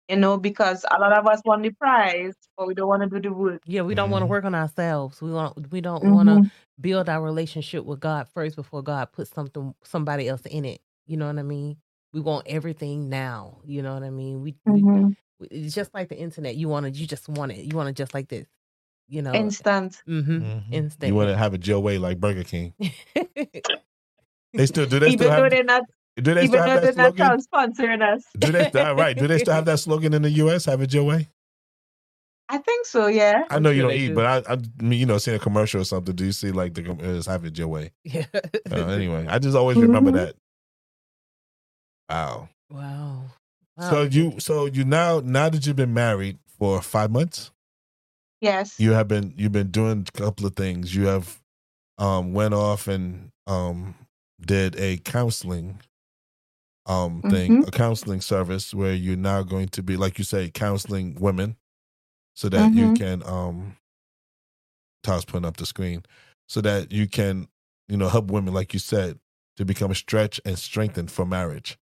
You know, because a lot of us want the prize, but we don't want to do the work.
yeah, we don't want to
Mhm.
work on ourselves. We want we don't want to
Mm-hmm.
Mhm.
build our relationship with God first before God puts something somebody else in it. You know what I mean? We want everything now. You know what I mean? We,
Mm-hmm.
we-
Mhm.
we- it's just like the internet. You want to you just want it. You want it just like this. You know.
Instant.
mm-hmm. Instant.
You want to have it your way like Burger King.
to
They still do they
even
still
though
have
they're not,
do they
even
still
though
have
they're
that
not
slogan?
sponsoring us.
Do they still, right? Do they still have that slogan in the U.S. Have it your way?
I think so, yeah.
I
I'm
know you
sure
don't
they
eat,
do.
but I, I mean, you know, seeing a commercial or something. Do you see like the com- it's have it your way?
yeah.
Uh, anyway, I just always remember
Mhm.
that. Wow.
Wow. wow.
So you so you now now that you've been married for five months,
Yes.
you have been you've been doing a couple of things. You have um went off and um did a counseling um thing, a counseling service where you're now going to be like you say counseling women so that you
Mhm.
can um Todd's putting up the screen so that you can you know help women like you said to become stretched and strengthened for marriage.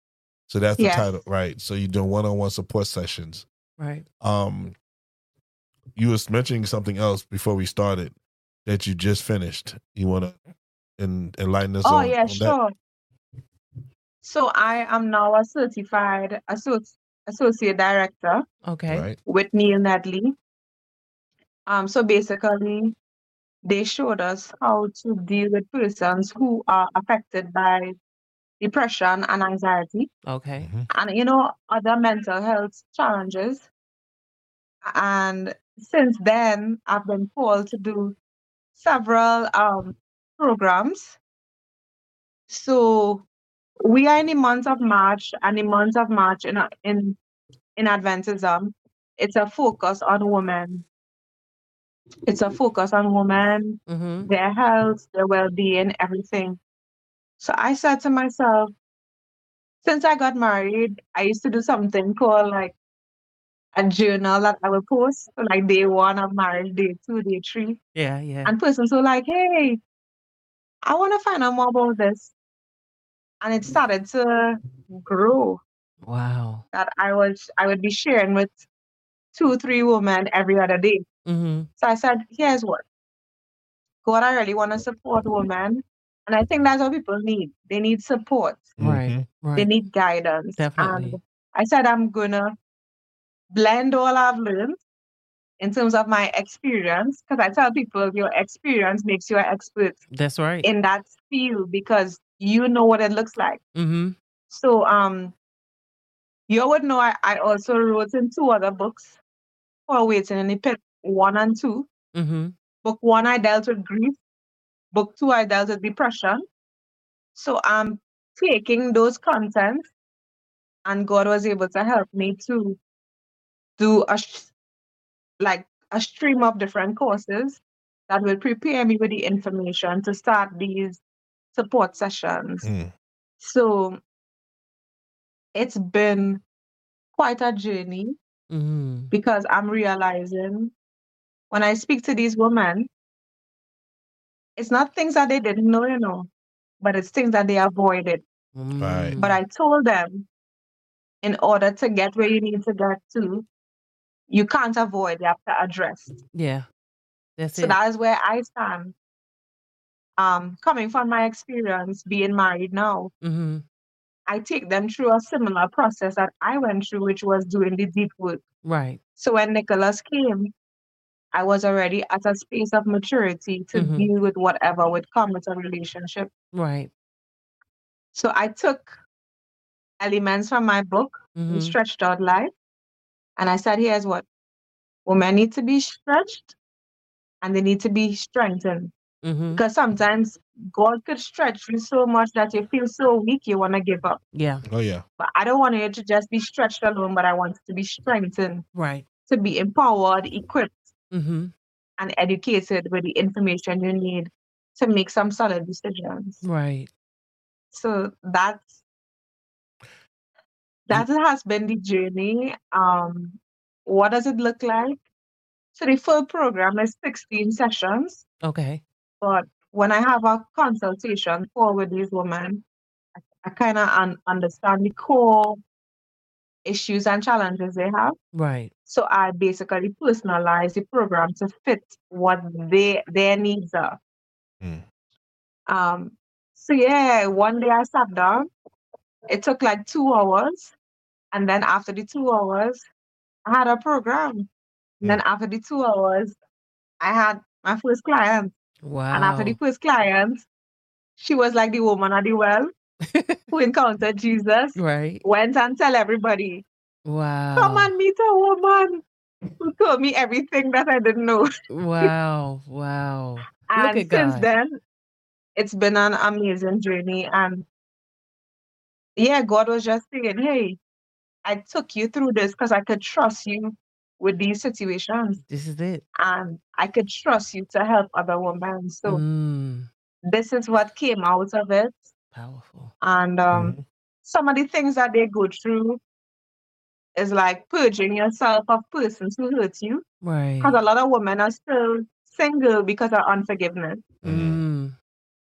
So that's the
Yes.
title, right? So you're doing one-on-one support sessions
right.
um you was mentioning something else before we started that you just finished you want to enlighten us
oh,
on,
yeah,
on that?
sure. So I am now a certified associ- associate director
Okay.
right
with Neil Nedley. Um, so basically, they showed us how to deal with persons who are affected by depression and anxiety
Okay.
Mhm.
and, you know, other mental health challenges. And since then, I've been called to do several um, programs. So we are in the month of March, and the month of March in, in, in Adventism, it's a focus on women. It's a focus on women,
Mm-hmm.
their health, their well being, everything. So I said to myself, since I got married, I used to do something called like a journal that I would post, so, like day one of marriage, day two, day three.
Yeah. Yeah.
And persons were like, hey, I want to find out more about this. And it started to grow
Wow.
that I was I would be sharing with two, three women every other day.
Mm-hmm.
So I said, here's what. God, I really want to support women. And I think that's what people need. They need support.
Right. Right.
They need guidance.
um,
Definitely.
And I said I'm gonna blend all I've learned in terms of my experience, because I tell people your experience makes you an expert
That's right.
in that field because you know what it looks like.
Mm-hmm.
So um you would know I, I also wrote in two other books for waiting in the pit, one and two.
Mm-hmm.
Book one, I dealt with grief. Book two, I dealt with depression. So I'm taking those contents, and God was able to help me to do a sh- like a stream of different courses that will prepare me with the information to start these support sessions.
Mm.
So it's been quite a journey
Mm-hmm.
because I'm realizing when I speak to these women, it's not things that they didn't know, you know, but it's things that they avoided.
Mm.
Right.
But I told them, in order to get where you need to get to, you can't avoid, you have to address.
yeah. That's
So
it.
that is where I stand. Um, coming from my experience being married now,
mm-hmm.
I take them through a similar process that I went through, which was doing the deep work.
Right.
So when Nicholas came, I was already at a space of maturity to
Mhm.
deal with whatever would come with a relationship.
Right.
So I took elements from my book,
Mm-hmm.
The Stretched Out Life, and I said, here's what women need to be stretched and they need to be strengthened.
Mm-hmm.
Because sometimes God could stretch you so much that you feel so weak you want to give up.
Yeah.
Oh yeah.
But I don't want you to just be stretched alone, but I want you to be strengthened,
Right.
to be empowered, equipped,
Mm-hmm.
and educated with the information you need to make some solid decisions.
Right.
So that's that has been the journey. Um, what does it look like? So the full program is 16 sessions.
Okay.
but when I have a consultation call with these women, I, I kind of un- understand the core issues and challenges they have.
Right.
So I basically personalize the program to fit what they their needs are.
Mm.
Um, so yeah, one day I sat down. It took like two hours, and then after the two hours, I had a program. And then after the two hours, I had my first client.
Wow.
And after the first client, she was like the woman at the well who encountered Jesus,
right.
went and tell everybody,
Wow.
come and meet a woman who told me everything that I didn't know.
Wow. Wow.
And
at
since
God.
then, it's been an amazing journey. And yeah, God was just saying, hey, I took you through this because I could trust you with these situations
This is it.
and I could trust you to help other women. So
Mm,
this is what came out of it.
powerful.
And um,
Mm.
some of the things that they go through is like purging yourself of persons who hurt you.
Right.
Because a lot of women are still single because of unforgiveness.
Mm.
Mm,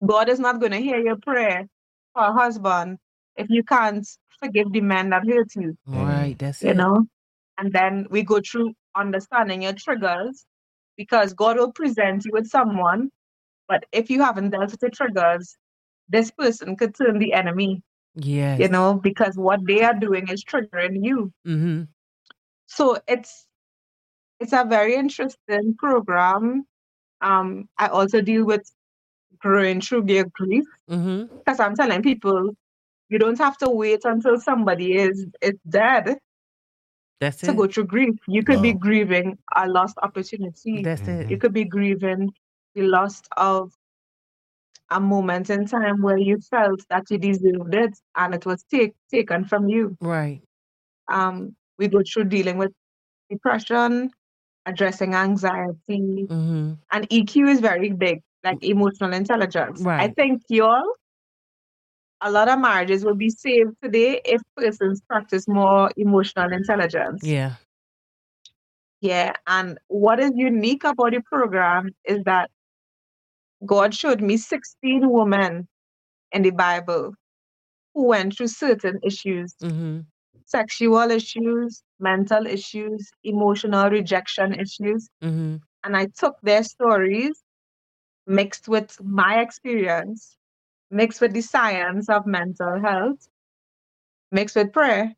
God is not going to hear your prayer for a husband if you can't forgive the men that hurt you,
Mm.
Right. That's
you
it.
know? And then we go through understanding your triggers because God will present you with someone. But if you haven't dealt with the triggers, this person could turn the enemy,
Yes.
you know, because what they are doing is triggering you.
Mm-hmm.
so it's it's a very interesting program um i also deal with growing through their grief
Mm-hmm.
because i'm telling people you don't have to wait until somebody is is dead
That's
to
it.
go through grief you could be
Wow.
grieving a lost opportunity
That's
you
it.
could be grieving the loss of a moment in time where you felt that you deserved it and it was take, taken from you
Right.
um we go through dealing with depression addressing anxiety
Mm-hmm.
and EQ is very big, like emotional intelligence. I
Right.
think y'all, a lot of marriages will be saved today if persons practice more emotional intelligence.
Yeah.
Yeah, And what is unique about the program is that God showed me 16 women in the Bible who went through certain issues
Mm-hmm.
sexual issues, mental issues, emotional rejection issues.
Mm-hmm.
and I took their stories mixed with my experience, mixed with the science of mental health, mixed with prayer,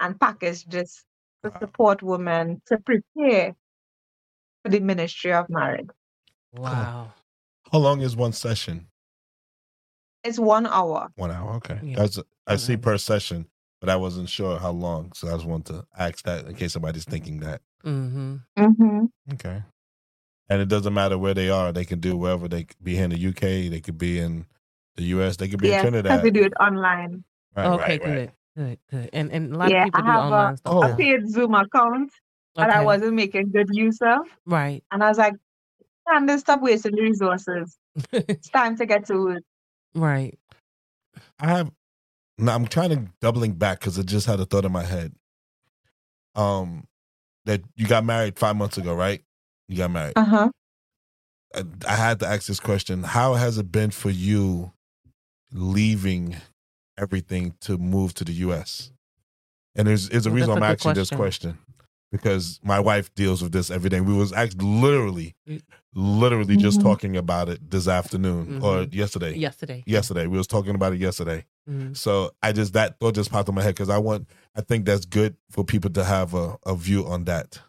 and packaged this to
Wow.
support women to prepare for the ministry of marriage.
Wow.
How long is one session?
It's one hour.
One hour. Okay.
Yeah. Mm-hmm.
That's I
One
see
hour.
per session, but I wasn't sure how long, so I just want to ask that in case somebody's thinking that.
Mm-hmm.
Mm-hmm.
Okay. And it doesn't matter where they are; they can do wherever they could be here in the UK, they could be in the US, they could be
Yes,
in
because we
Trinidad.
do it online.
Right,
okay.
right, right.
Good. Good. Good. And and a lot
Yeah, I
of people do
have a-
online stuff.
Oh.
A
now.
paid Zoom account that I
Okay.
wasn't making good use of.
Right.
And I was like, and stop wasting the resources. It's time to get to it.
right.
I have. Now I'm trying to doubling back because it just had a thought in my head. Um, that you got married five months ago, right? You got married.
Uh-huh.
I,
Uh-huh.
I had to ask this question: How has it been for you leaving everything to move to the U.S.? And there's, there's a
Well,
reason
that's
I'm
a good
asking this
question.
question because my wife deals with this every day. We was actually literally,
Mm.
literally just
Mhm.
mm-hmm.
talking about it this afternoon or
Mhm.
yesterday.
Yesterday.
Yesterday, we was talking about it yesterday.
Mm-hmm.
So I just that thought just popped in my head because I want I think that's good for people to have a, a view on that.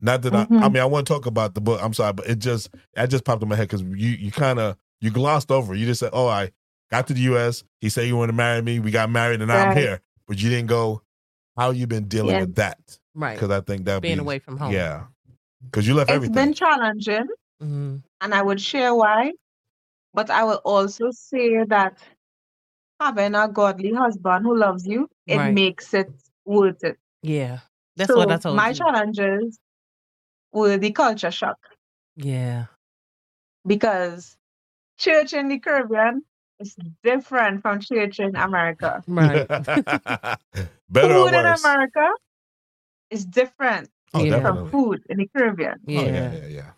Not that I I
Mhm.
mean I want to talk about the book. I'm sorry, but it just that just popped in my head because you you kind of you glossed over. it. You just said, "Oh, I got to the U.S. He said you want to marry me. We got married, and now I'm
Right.
here." But you didn't go. How you been dealing
Yeah.
with that?
Right.
Because I think that
Being
be,
away from home.
Yeah, because you left
It's
everything.
been challenging.
Mm-hmm.
and I would share why. But I will also say that having a godly husband who loves you, it
Right.
makes it worth it.
Yeah. That's
so
what I told
my
you.
challenges were the culture shock
Yeah.
because church in the Caribbean is different from church in America.
Right.
Oh, Better or
food in
worse?
America is different
Oh,
Yeah.
from
definitely.
food in the Caribbean.
Oh, yeah,
Yeah.
yeah, yeah.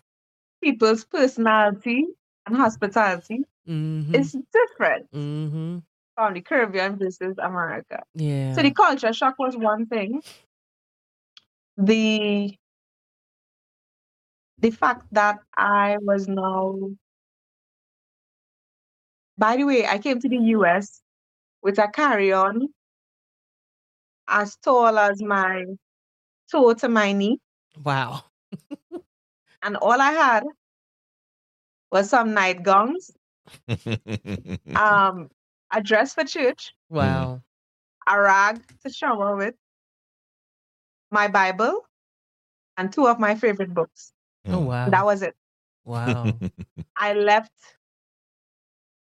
People's personality and hospitality
Mm-hmm.
is different
mm-hmm.
from the Caribbean versus America.
Yeah.
So the culture shock was one thing. The the fact that I was now by the way, I came to the US with a carry-on as tall as my toe to my knee.
wow.
And all I had was some night gowns,
Mm-hmm.
um, a dress for church,
Wow.
a rag to shower with, my Bible, and two of my favorite books.
Oh wow.
That was it.
wow.
Um, I left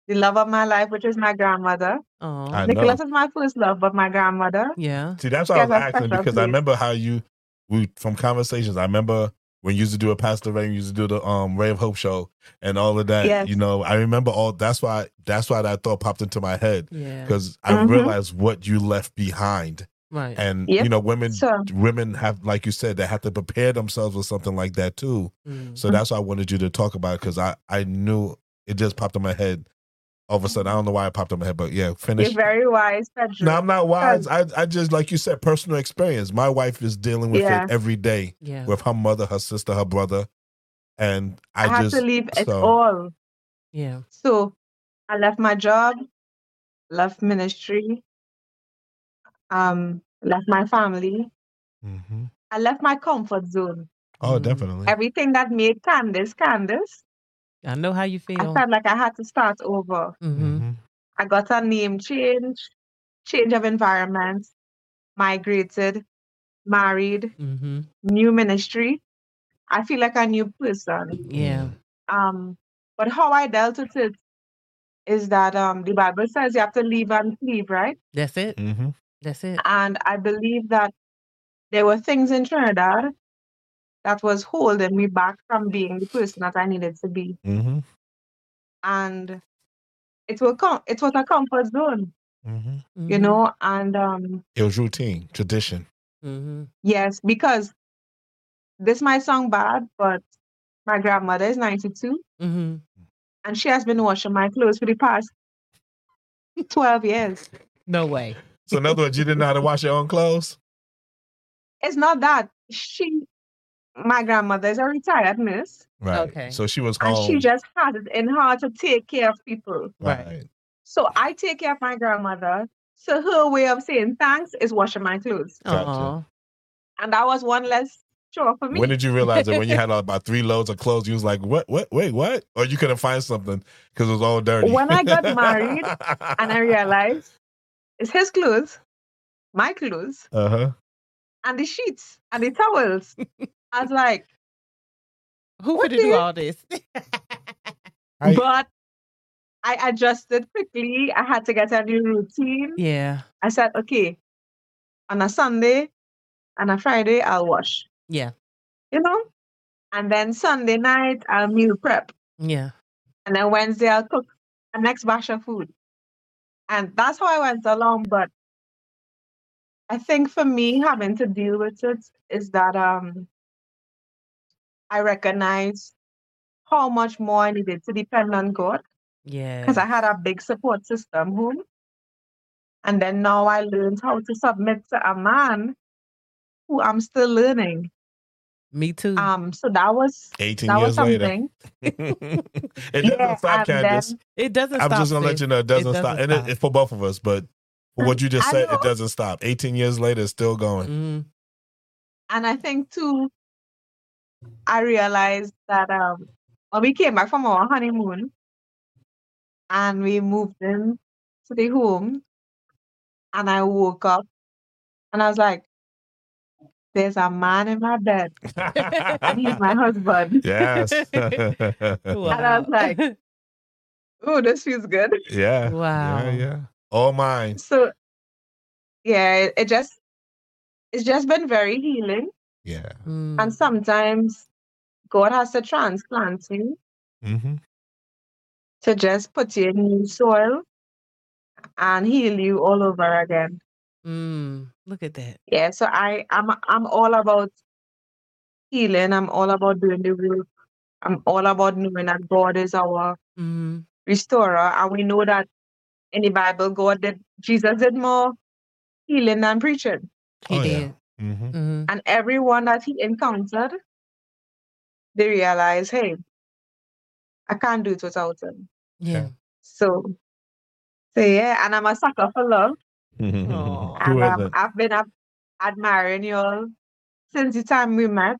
the love of my life, which is my grandmother.
I
Oh.
know.
Nicholas is my first love, but my grandmother.
Yeah.
See, that's why I
Yeah,
was
that's
asking
special,
because I
please.
remember how you we from conversations. I remember when you used to do a Pastor Ray, you used to do the um Ray of Hope show and all of that.
Yes.
You know, I remember all. That's why that's why that thought popped into my head
Yeah.
because I
Mhm.
realized what you left behind,
Right.
and
Yep.
you know, women
So
women have like you said they have to prepare themselves for something like that too.
Mm.
Mm-hmm.
So that's why I wanted you to talk about because I I knew it just popped in my head. All of a sudden, I don't know why it popped in my head, but yeah, finish.
Mm-hmm. you're very wise, Pedro.
No, I'm not wise. I, I just like you said, personal experience. My wife is dealing with
Yeah.
it every day
yeah.
with her mother, her sister, her brother, and
I,
I,
had
just
to leave it
so-
all.
Yeah.
So I left my job, left ministry, um, left my family.
Mm-hmm.
Mhm.
I left my comfort zone.
oh,
Mm-hmm.
Mm.
definitely.
Everything that made Candace Candace,
I know how you
I
feel.
felt like I had to start over.
Mm-hmm.
Mhm.
I got a name change, change of environment, migrated, married,
Mm-hmm.
new ministry. I feel like a new person.
Yeah.
Mm-hmm.
Um, but how I dealt with it is that um, the Bible says you have to leave and cleave, right?
That's it.
Mhm.
That's it.
And I believe that there were things in Trinidad that was holding me back from being the person that I needed to be.
Mhm.
And it was com- it was a comfort zone,
Mhm.
you
Mhm.
know. And um,
It was routine, tradition.
Mm-hmm.
yes, because this might sound bad, but my grandmother is 92
Mm-hmm.
and she has been washing my clothes for the past 12 years.
No way.
So, in other words, you didn't know how to wash your own clothes.
It's not that she, my grandmother is a retired nurse,
Right.
Okay.
So she was
and
home.
she just had it in her to take care of people.
right.
So I take care of my grandmother. So her way of saying thanks is washing my clothes.
Gotcha.
Aw.
And that was one less chore for me.
When did you realize that when you had about three loads of clothes, you was like, "What? What? Wait, what?" Or you couldn't find something because it was all dirty.
When I got married and I realized it's his clothes, my clothes,
uh huh.
and the sheets and the towels. I was like,
Who
What
could do
the-
all this?
I-
but I adjusted quickly. I had to get a new routine.
yeah.
I said, okay, on a Sunday and a Friday, I'll wash,
Yeah.
you know? And then Sunday night, I'll meal prep.
Yeah.
and then Wednesday I'll cook the next batch of food. And that's how I went along. But I think for me, having to deal with it is that um, I recognize how much more I needed to depend on God
Yeah.
because I had a big support system home. And then now I learned how to submit to a man who I'm still learning.
Me too.
Um, so that was
Eighteen
that was
Hmm. years later.
something.
it
Yeah,
doesn't stop,
and
Candace.
then-
it doesn't
I'm
stop.
just gonna let
sis.
you know it doesn't, stop,
doesn't
and it,
stop.
it's for both of us. But for what you just
I
said,
know.
it doesn't stop. 18 years later, it's still going.
Mhm.
and I think too, I realized that um, when we came back from our honeymoon and we moved in to the home, and I woke up and I was like, "There's a man in my bed, Mm. and he's my husband."
yes.
Wow.
I was like, oh, this feels good.
Yeah.
Wow.
Yeah, yeah. All mine.
So, yeah, it, it just it's just been very healing,
Yeah.
Mm.
and sometimes God has to transplant you
Mm-hmm.
to just put you in new soil and heal you all over again.
Mm. Look at that.
Yeah, so I I'm I'm all about healing. I'm all about doing the work. I'm all about knowing that God is our
Mm-hmm.
restorer, and we know that in the Bible, God did Jesus did more healing than preaching,
He
Oh, yeah.
did.
Mm-hmm.
Mm-hmm.
and everyone that he encountered, they realized, hey, I can't do it without him.
Yeah.
So, so yeah, and I'm a sucker for love,
Aw.
Who
and um,
isn't?
I've been up admiring you all since the time we met,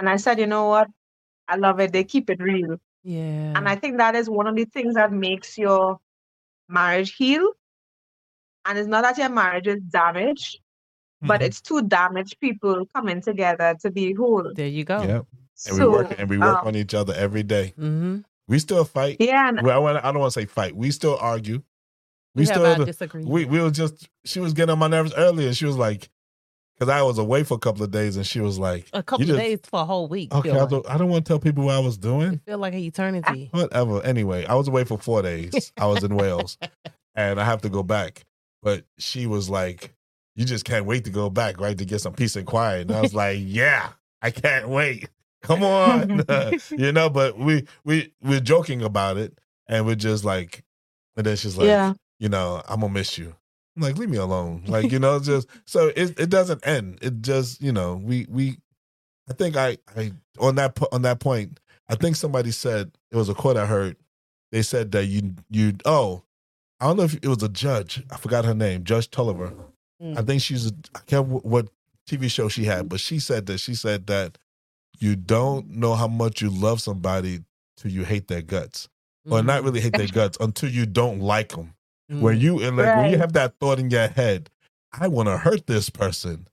and I said, you know what, I love it. They keep it real.
Yeah.
Mm.
And I think that is one of the things that makes your marriage heal. And it's not that your marriage is damaged, but
Mhm.
it's two damaged people coming together to be whole.
there you go.
Yep. And we
So,
work and we work
um,
on each other every day.
Mm-hmm.
We still fight.
Yeah, and
Well, I, wanna, I don't want to say fight. We still argue. We,
We, have our
still
disagreements.
we we were just she was getting on my nerves earlier. She was like, because I was away for a couple of days, and she was like,
a couple
you
of
just-
days for a whole week.
Okay,
feel
I
like.
don't, I don't want to tell people what I was doing.
It feel like an eternity.
Whatever. Anyway, I was away for four days. I was in Wales, and I have to go back. But she was like, "You just can't wait to go back, right? To get some peace and quiet." And I was like, "Yeah, I can't wait. Come on, you know." But we we we're joking about it, and we're just like, and then she's like,
yeah,
you know, I'm gonna miss you. I'm like, leave me alone. Like, you know, just so it, it doesn't end. It just, you know, we we I think I I on that po- on that point, I think somebody said it was a quote I heard. They said that you you oh, I don't know if it was a judge. I forgot her name, Judge Tulliver.
Mm.
I think she's a, I can't remember what TV show she had, but she said that she said that you don't know how much you love somebody till you hate their guts, or not really hate their guts until you don't like them
Mm.
where you and like when you
Right.
have that thought in your head, I want to hurt this person.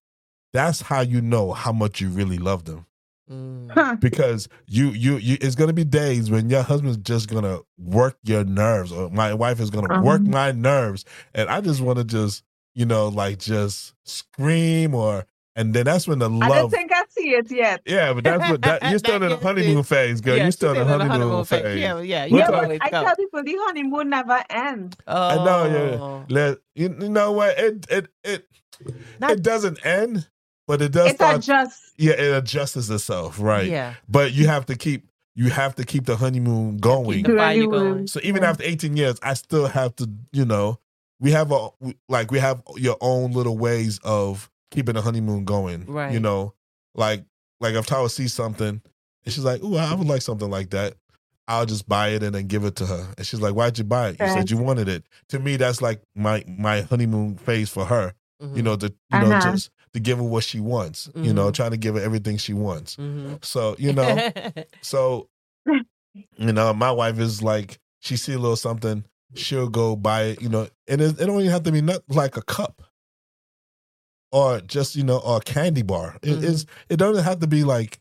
That's how you know how much you really love them
Mm.
Huh.
because you you you. It's gonna be days when your husband's just gonna work your nerves, or my wife is gonna work
Um.
my nerves, and I just want to just you know like just scream or and then that's when the
I don't
love.
think I see it yet.
Yeah, but that's what that, you're still
That
in the
gets
honeymoon
it.
phase, girl.
Yeah,
you're still
she's
in the honeymoon, phase.
Yeah, yeah. You
We're
Yeah,
talking-
but
always
I
go.
tell people the honeymoon never ends.
I know, yeah.
Oh.
Let you you know what it it it it
Not-
doesn't end, but it does
it's
start
not just
yeah it adjusts itself right
Yeah.
but you have to keep you have to keep the honeymoon going
Keep the
Really
fire
well.
going.
so even
Yeah.
after 18 years i still have to you know we have a we- like we have your own little ways of keeping the honeymoon going you
Right.
know like like if tyler sees something and she's like oh i would like something like that i'll just buy it and then give it to her and she's like why'd you buy it you said
Right.
you wanted it to me that's like my my honeymoon phase for her you
Mhm.
know, to you know,
Uh-huh. Mm-hmm.
just to give her what she wants, you know,
Mhm.
trying to give her everything she wants.
Mhm.
So, you know, so you know, my wife is like, she see a little something, she'll go buy it, you know, and it, it don't even have to be not like a cup or just you know, or a candy bar. It,
Mhm.
It's it doesn't have to be like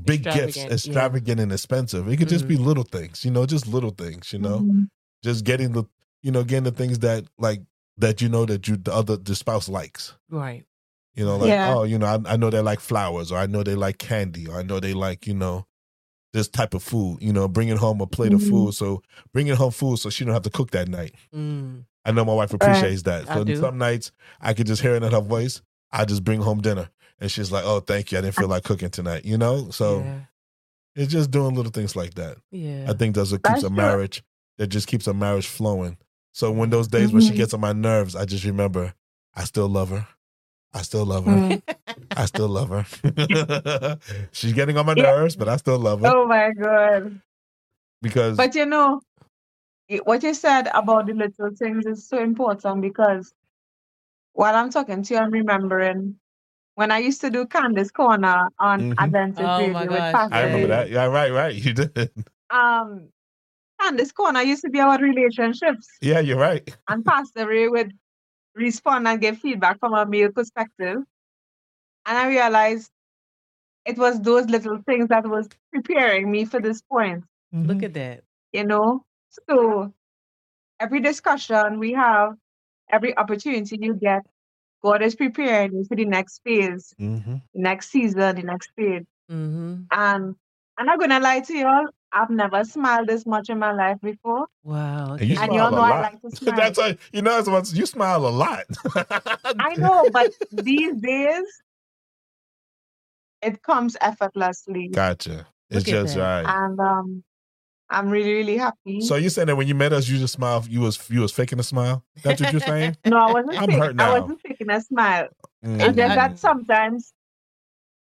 big gifts,
Extravagant, yeah. Mm-hmm.
extravagant and expensive. It could just be little things, you know, just little things, you know
Mhm.
just getting the you know getting the things that like that you know that you the other the spouse likes
right.
you know like
Yeah.
oh you know I, I know they like flowers or i know they like candy or i know they like you know this type of food you know bringing home a plate of
Mm-hmm.
Mhm.
food so bringing home food so she don't have to cook that night
Mm.
i know my wife appreciates that
I
so
do.
some nights i could just hear it in her voice i just bring home dinner and she's like oh thank you i didn't feel like cooking tonight you know so
yeah.
it's just doing little things like that
yeah.
I think that's what keeps
That's
a
true.
marriage that just keeps a marriage flowing. So when those days when
Mm-hmm.
she
Mhm.
gets on my nerves, I just remember I still love her. I still love her.
Mm.
I still love her. She's getting on my
Yeah.
nerves, but I still love her
Oh my God.
because
But you know, it- what you said about the little things is so important because while I'm talking to you, I'm remembering when I used to do Candace Corner
Mhm.
on Adventist
Oh
Radio
my
with
gosh,
I remember
Pastor.
that. Yeah, right, right. You did.
Um, Candace Corner used to be about relationships,
Yeah, you're right.
and Pastor Ray would respond and give feedback from a male perspective. And I realized it was those little things that was preparing me for this point.
Look at that.
you know So every discussion we have, every opportunity you get, God is preparing you for the next phase,
Mm-hmm.
the next season, the next period.
Mm-hmm.
And I'm not gonna lie to y'all, I've never smiled this much in my life before.
Wow.
And you
and
smile
y'all
a
know I
lot.
like to smile.
That's why you know it's what's- you smile a lot.
I know, but these days it comes effortlessly.
Gotcha. It's
Look at
just
that.
right.
And um I'm really, really happy.
So you saying that when you met us, you just smiled. You was you was faking a smile. That's what you're saying.
no, I wasn't
I'm
fake-
hurt
I
now.
wasn't faking a smile.
Mm.
It's just that sometimes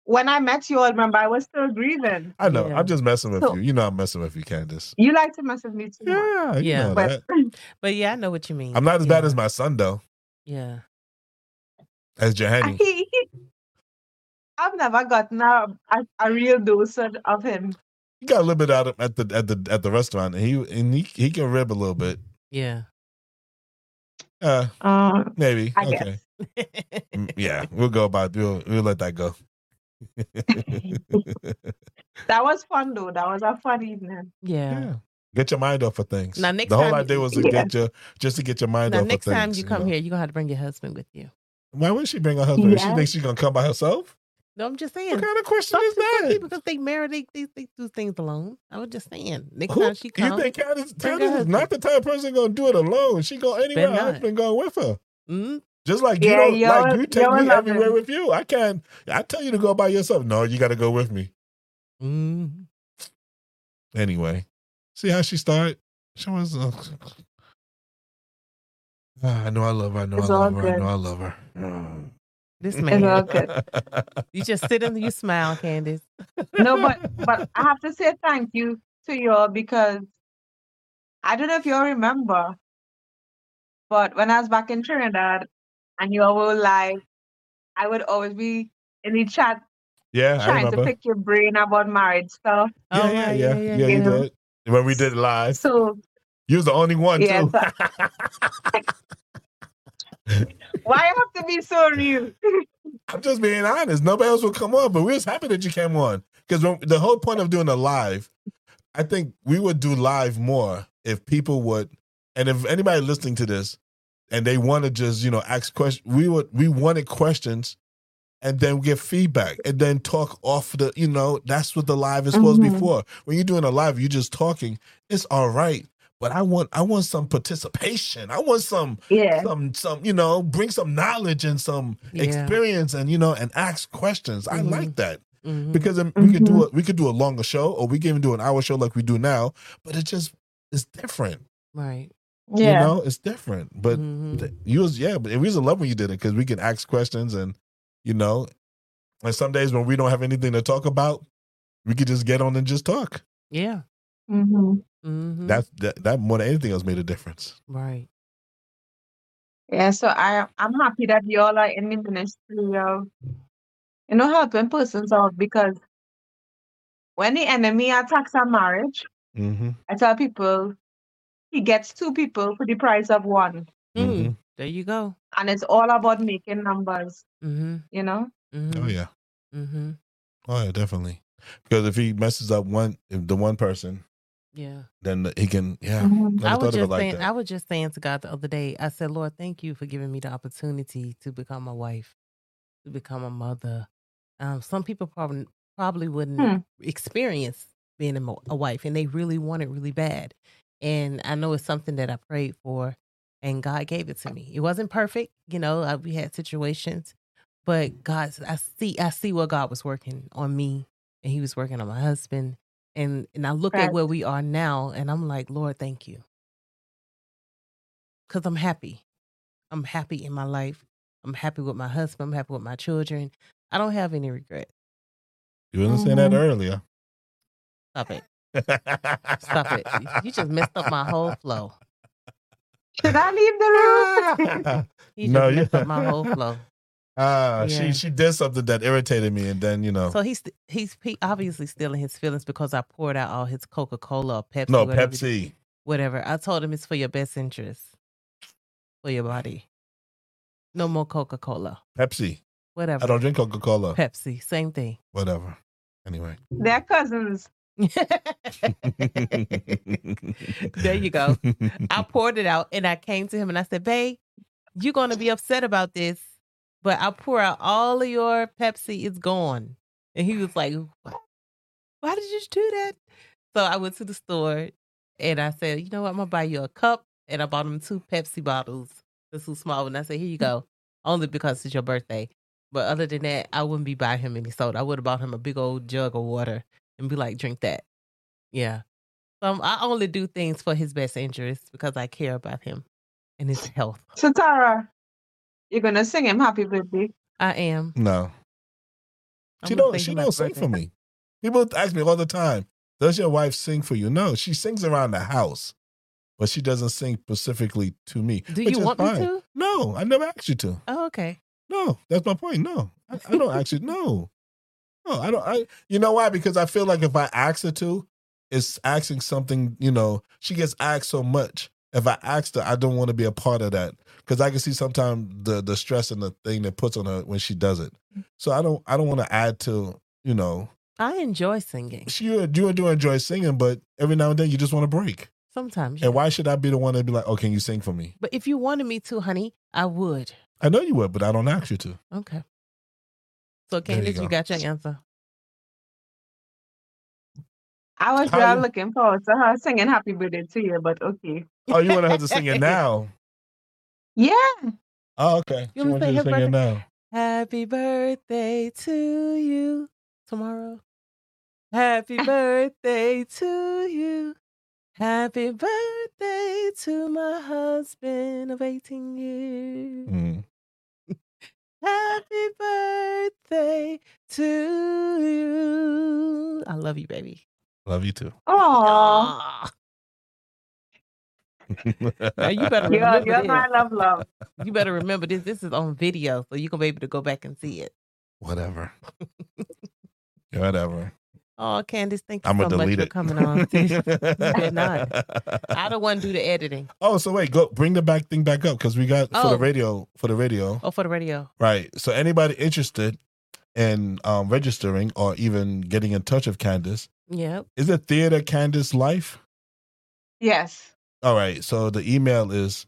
when I met you all, remember I was still grieving.
I know.
Yeah.
I'm just messing with
So-
you. You know I'm messing with you, Candace.
You like to mess with me too much.
Yeah, you
Yeah.
know
But
that.
But yeah, I know what you mean.
I'm not as
yeah.
bad as my son though.
Yeah.
As Johanny.
I've never gotten a, a, a real dose of- of him.
He got a little bit out of, at the at the at the restaurant and he and he, he can rib a little bit.
Yeah.
Uh
Uh,
maybe.
I
okay.
guess.
Mm, Yeah, we'll go about we'll we'll let that go.
That was fun though. That was a fun evening.
yeah.
yeah. Get your mind off of things.
Now, next
the whole
time-
idea was to
Yeah.
get your just to get your mind
Now
off
next
of things.
time you come
know.
here, you're gonna have to bring your husband with you.
Why would she bring her husband? She
Yeah.
thinks she's gonna come by herself?
No, I'm just saying.
What kind of question
Some
is
people- some
that?
people because they married, they, they they do things alone. I was just saying. Next
Who-
time she
you
comes,
think Candace,
bring her
Candace is not
husband.
the type of person gonna do it alone. She go anywhere her
not.
husband going with her.
mm,
Just like you
Yeah,
don't
you're-
like you take
you're
me
loving.
everywhere with you. I can't I tell you to go by yourself. No, you gotta go with me.
mm,
Anyway. See how she started? She was uh, ah, I know I love her, I know
It's
I
all
love her, I
good.
know I love her.
this
It's all
man,
good.
you just sit and you smile, Candace.
No, but but I have to say thank you to you all because I don't know if you all remember, but when I was back in Trinidad and you all were live, I would always be in the chat
Yeah, I
trying to
remember.
pick your brain about marriage stuff.
Yeah,
All
yeah,
right,
yeah, yeah, you
yeah.
did. When we did it live,
So
you was the only one
Yeah,
too.
why you have to be so real?
I'm just being honest. Nobody else will come on, but we was happy that you came on because the whole point of doing a live, I think we would do live more if people would, and if anybody listening to this, and they want to just you know ask questions, we would we wanted questions, and then get feedback, and then talk off the you know that's what the live is supposed to be
Mhm.
for. When you're doing a live, you're just talking. It's all right, but I want I want some participation. I want some
Yeah.
some some you know bring some knowledge and some
Yeah. Mm-hmm.
experience and you know and ask questions i like that
Mhm.
because um, we could do a we could do a longer show or we can even do an hour show like we do now but it just it's different
right.
you
Yeah.
know it's different but
Mhm.
th- you was yeah but it was a love when you did it because we can ask questions and you know and some days when we don't have anything to talk about we could just get on and just talk
yeah,
hmm
mm-hmm.
that's that, that more than anything else made a difference
right.
Yeah. So I I'm happy that y'all are in the ministry of you know helping persons out because when the enemy attacks a marriage,
mm-hmm.
I tell people he gets two people for the price of one.
Mm-hmm.
Mm. There you go.
And it's all about making numbers,
Mm-hmm.
you know?
Mm-hmm.
oh yeah
Mm-hmm.
oh yeah definitely because if he messes up one if the one person
Yeah.
then he can yeah
Mhm.
never
Mm-hmm. I
thought of
was
it
just
like
saying.
that.
I was just saying to God the other day. I said, Lord, thank you for giving me the opportunity to become a wife, to become a mother. Um, some people probably probably wouldn't
Hmm.
experience being a, mo- a wife, and they really want it really bad. And I know it's something that I prayed for, and God gave it to me. It wasn't perfect, you know. I, we had situations, but God, I see, I see what God was working on me, and He was working on my husband. And and I look at
Correct.
where we are now, and I'm like, Lord, thank you, because I'm happy. I'm happy in my life. I'm happy with my husband. I'm happy with my children. I don't have any regret.
You wasn't saying
Mm-hmm.
that earlier.
Stop it. Stop it. You- You just messed up my whole flow.
Should I leave the room?
You just
No, you-
messed up my whole flow.
Ah,
Yeah.
she she did something that irritated me, and then you know,
So he's he's he obviously still in his feelings because I poured out all his Coca Cola or Pepsi.
no
whatever it-
Pepsi.
Whatever. I told him it's for your best interest, for your body. No more Coca Cola.
Pepsi.
Whatever.
I don't drink Coca Cola.
Pepsi. Same thing.
Whatever. Anyway,
They're cousins.
There you go. I poured it out and I came to him and I said, Babe, you're going to be upset about this, but I pour out all of your Pepsi, it's gone. And he was like, what? Why did you do that? So I went to the store and I said, You know what? I'm going to buy you a cup. And I bought him two Pepsi bottles. This was small. And I said, Here you go. Only because it's your birthday. But other than that, I wouldn't be buying him any soda. I would have bought him a big old jug of water and be like, Drink that. Yeah. So I'm- Um, I only do things for his best interest because I care about him and his health.
So Tara, you're gonna sing him happy birthday.
I am.
no,
I'm
she
gonna
don't.
sing
She
him happy
don't sing
birthday.
for me. People ask me all the time, "Does your wife sing for you?" No, she sings around the house, but she doesn't sing specifically to me.
Do
which
you
is
want
fine.
me to?
No, I never asked you to.
Oh, okay.
No, that's my point. No, I, I don't actually. No, no, I don't. I you know why? Because I feel like if I ask her to, it's asking something. You know, she gets asked so much. If I asked her, I don't want to be a part of that because I can see sometimes the the stress and the thing that puts on her when she does it. So I don't. I don't want to add to. You know,
I enjoy singing
she you do enjoy singing, but every now and then you just want a break.
sometimes.
And
yeah.
why should I be the one to be like, "Oh, can you sing for me?"
But if you wanted me to, honey, I would.
I know you would, but I don't ask you to.
Okay. So,
There you
Candace,
go.
you, got your answer.
I was
How
really
you-
looking forward to her singing happy birthday to you, but okay.
Oh, you want to have to sing it now?
Yeah.
Oh, okay.
You
She
wanna
wants
say
you to sing
her
it
birthday?
now.
Happy birthday to you tomorrow. Happy birthday to you. Happy birthday to my husband of 18 years.
Mm.
Happy birthday to you. I love you, baby.
Love you too.
Oh,
Aw. you better
you're,
remember
you're
this.
my love, love.
You better remember this. This is on video, so you can be able to go back and see it.
Whatever. Whatever.
Oh, Candace, thank you
I'm
so
gonna
much
delete
for
it.
coming on. better not. I
not.
don't want to do the editing.
Oh, so wait, go bring the back thing back up because we got for
Oh.
the radio for the radio.
Oh, for the radio.
Right. So anybody interested in um, registering or even getting in touch with Candace,
Yep.
is it Theater Candace Life?
Yes.
All right. So the email is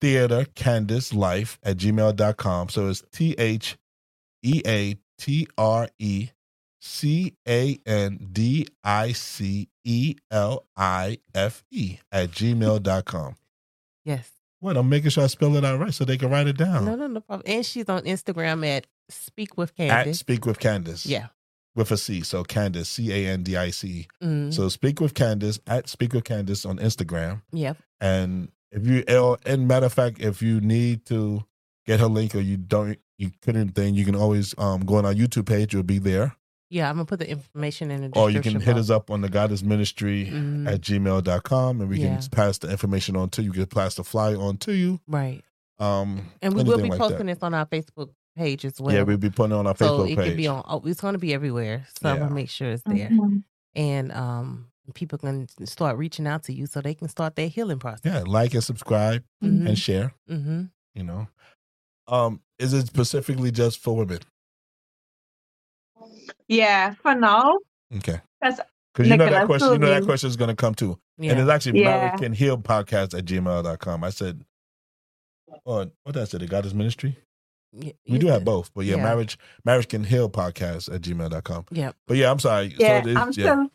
theater candace life at gmail.com. So it's T H E A T R E C A N D I C E L I F E at gmail.com.
Yes.
What? I'm making sure I spell it out right so they can write it down.
No, no, no problem. And she's on Instagram at Speak with
Oh. At
Candace.
Speak with Candace.
yeah.
With a C. So Candace, C A N D I C. E.
Mm,
So Speak with Candace at Speak with Candace on Instagram.
yep.
And if you or- and matter of fact, if you need to get her link or you don't you couldn't then you can always um go on our YouTube page, it'll be there.
Yeah. I'm gonna put the information in the
Or Oh,
description.
you can hit us up on the goddess ministry
Mm,
at gmail.com and we
Yeah.
can pass the information on to you, can pass the flyer on to you.
right.
Um
And we will be
anything like that.
posting this on our Facebook page as well.
Yeah, we'll be putting it on our
so
Facebook
it
page.
could be on. Oh, it's gonna be everywhere. So I'm
Yeah.
gonna make sure it's there,
Mhm.
and um, people can start reaching out to you so they can start their healing process.
yeah, like and subscribe
Mhm.
and share,
Mm-hmm.
you know. Um, is it specifically just for women?
Yeah, for now.
Okay.
That's-
because you know that
Nicola,
question, you know that
so-
question is gonna come too.
mm-hmm. Yeah.
And it's actually
Yeah.
married can heal podcast at gmail.com. I said, oh, what did I say? The Goddess Ministry?
Y-
We do
yes,
have both, but yeah,
Yeah.
marriage marriage can heal podcast at gmail.com.
Yep.
But yeah, I'm sorry. So
Yeah,
it is-
I'm still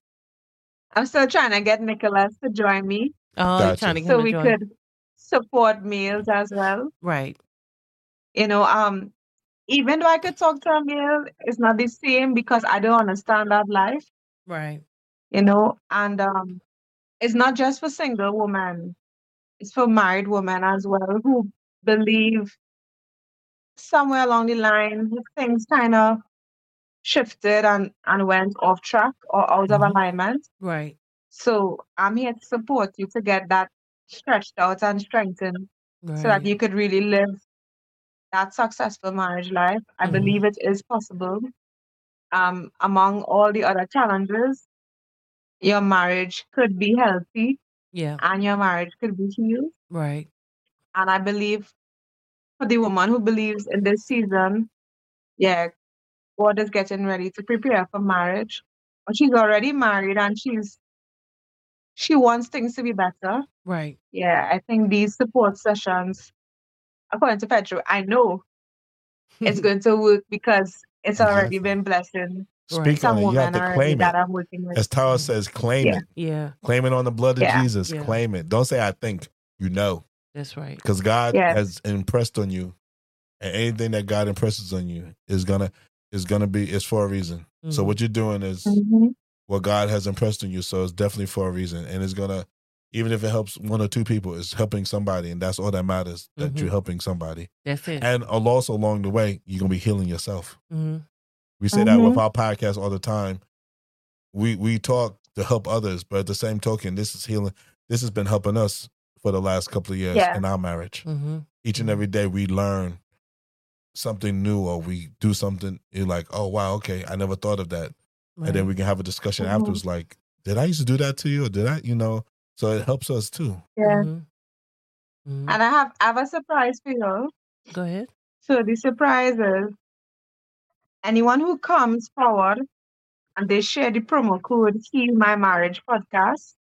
I'm still trying to get Nicholas to join me
Oh, you're
Gotcha.
trying to get
so
him to
we
join.
could support males as well.
right.
You know, um even though I could talk to a male, it's not the same because I don't understand that life,
Right.
you know, and um it's not just for single women. It's for married women as well who believe somewhere along the line things kind of shifted and, and went off track or out of
Mhm.
alignment.
Right.
So I'm here to support you to get that stretched out and strengthened
Right.
so that you could really live that successful marriage life. I
Mhm.
believe it is possible. Um, among all the other challenges, your marriage could be healthy
yeah.
and your marriage could be healed.
Right.
And I believe for the woman who believes in this season, yeah, God is getting ready to prepare for marriage But she's already married and she's she wants things to be better.
Right.
Yeah, I think these support sessions, according to Petro, I know it's going to work because it's already
Hmm. Exactly.
been blessing
Right.
Speak on
some
it. You
woman
have to
already
claim it.
that I'm working with.
As Tara says, claim
Yeah.
it.
yeah,
Claim it on the blood of
Yeah.
Jesus.
Yeah.
Claim it. Don't say I think. You know,
that's right.
because God
Yeah.
has impressed on you, and anything that God impresses on you is gonna is gonna be is for a reason. So
Mhm.
what you're doing is
Mhm.
what God has impressed on you. So it's definitely for a reason, and it's gonna even if it helps one or two people, it's helping somebody, and that's all that matters. That
Mhm.
you're helping somebody,
That's it.
and al- also along the way, you're gonna be healing yourself.
Mhm.
We say that with
Mhm.
our podcast all the time. We we talk to help others, but at the same token, this is healing. This has been helping us for the last couple of years
Yeah.
in our marriage.
Mhm.
Each and every day, we learn something new, or we do something. You're like, oh wow, okay, I never thought of that, and then
Right.
we can have a discussion
Mhm.
afterwards. Like, did I used to do that to you, or did I? You know, so it helps us too.
Yeah.
Mhm. Mhm.
And I have I have a surprise for you.
Go ahead.
So the surprise is anyone who comes forward and they share the promo code Heal My Marriage podcast,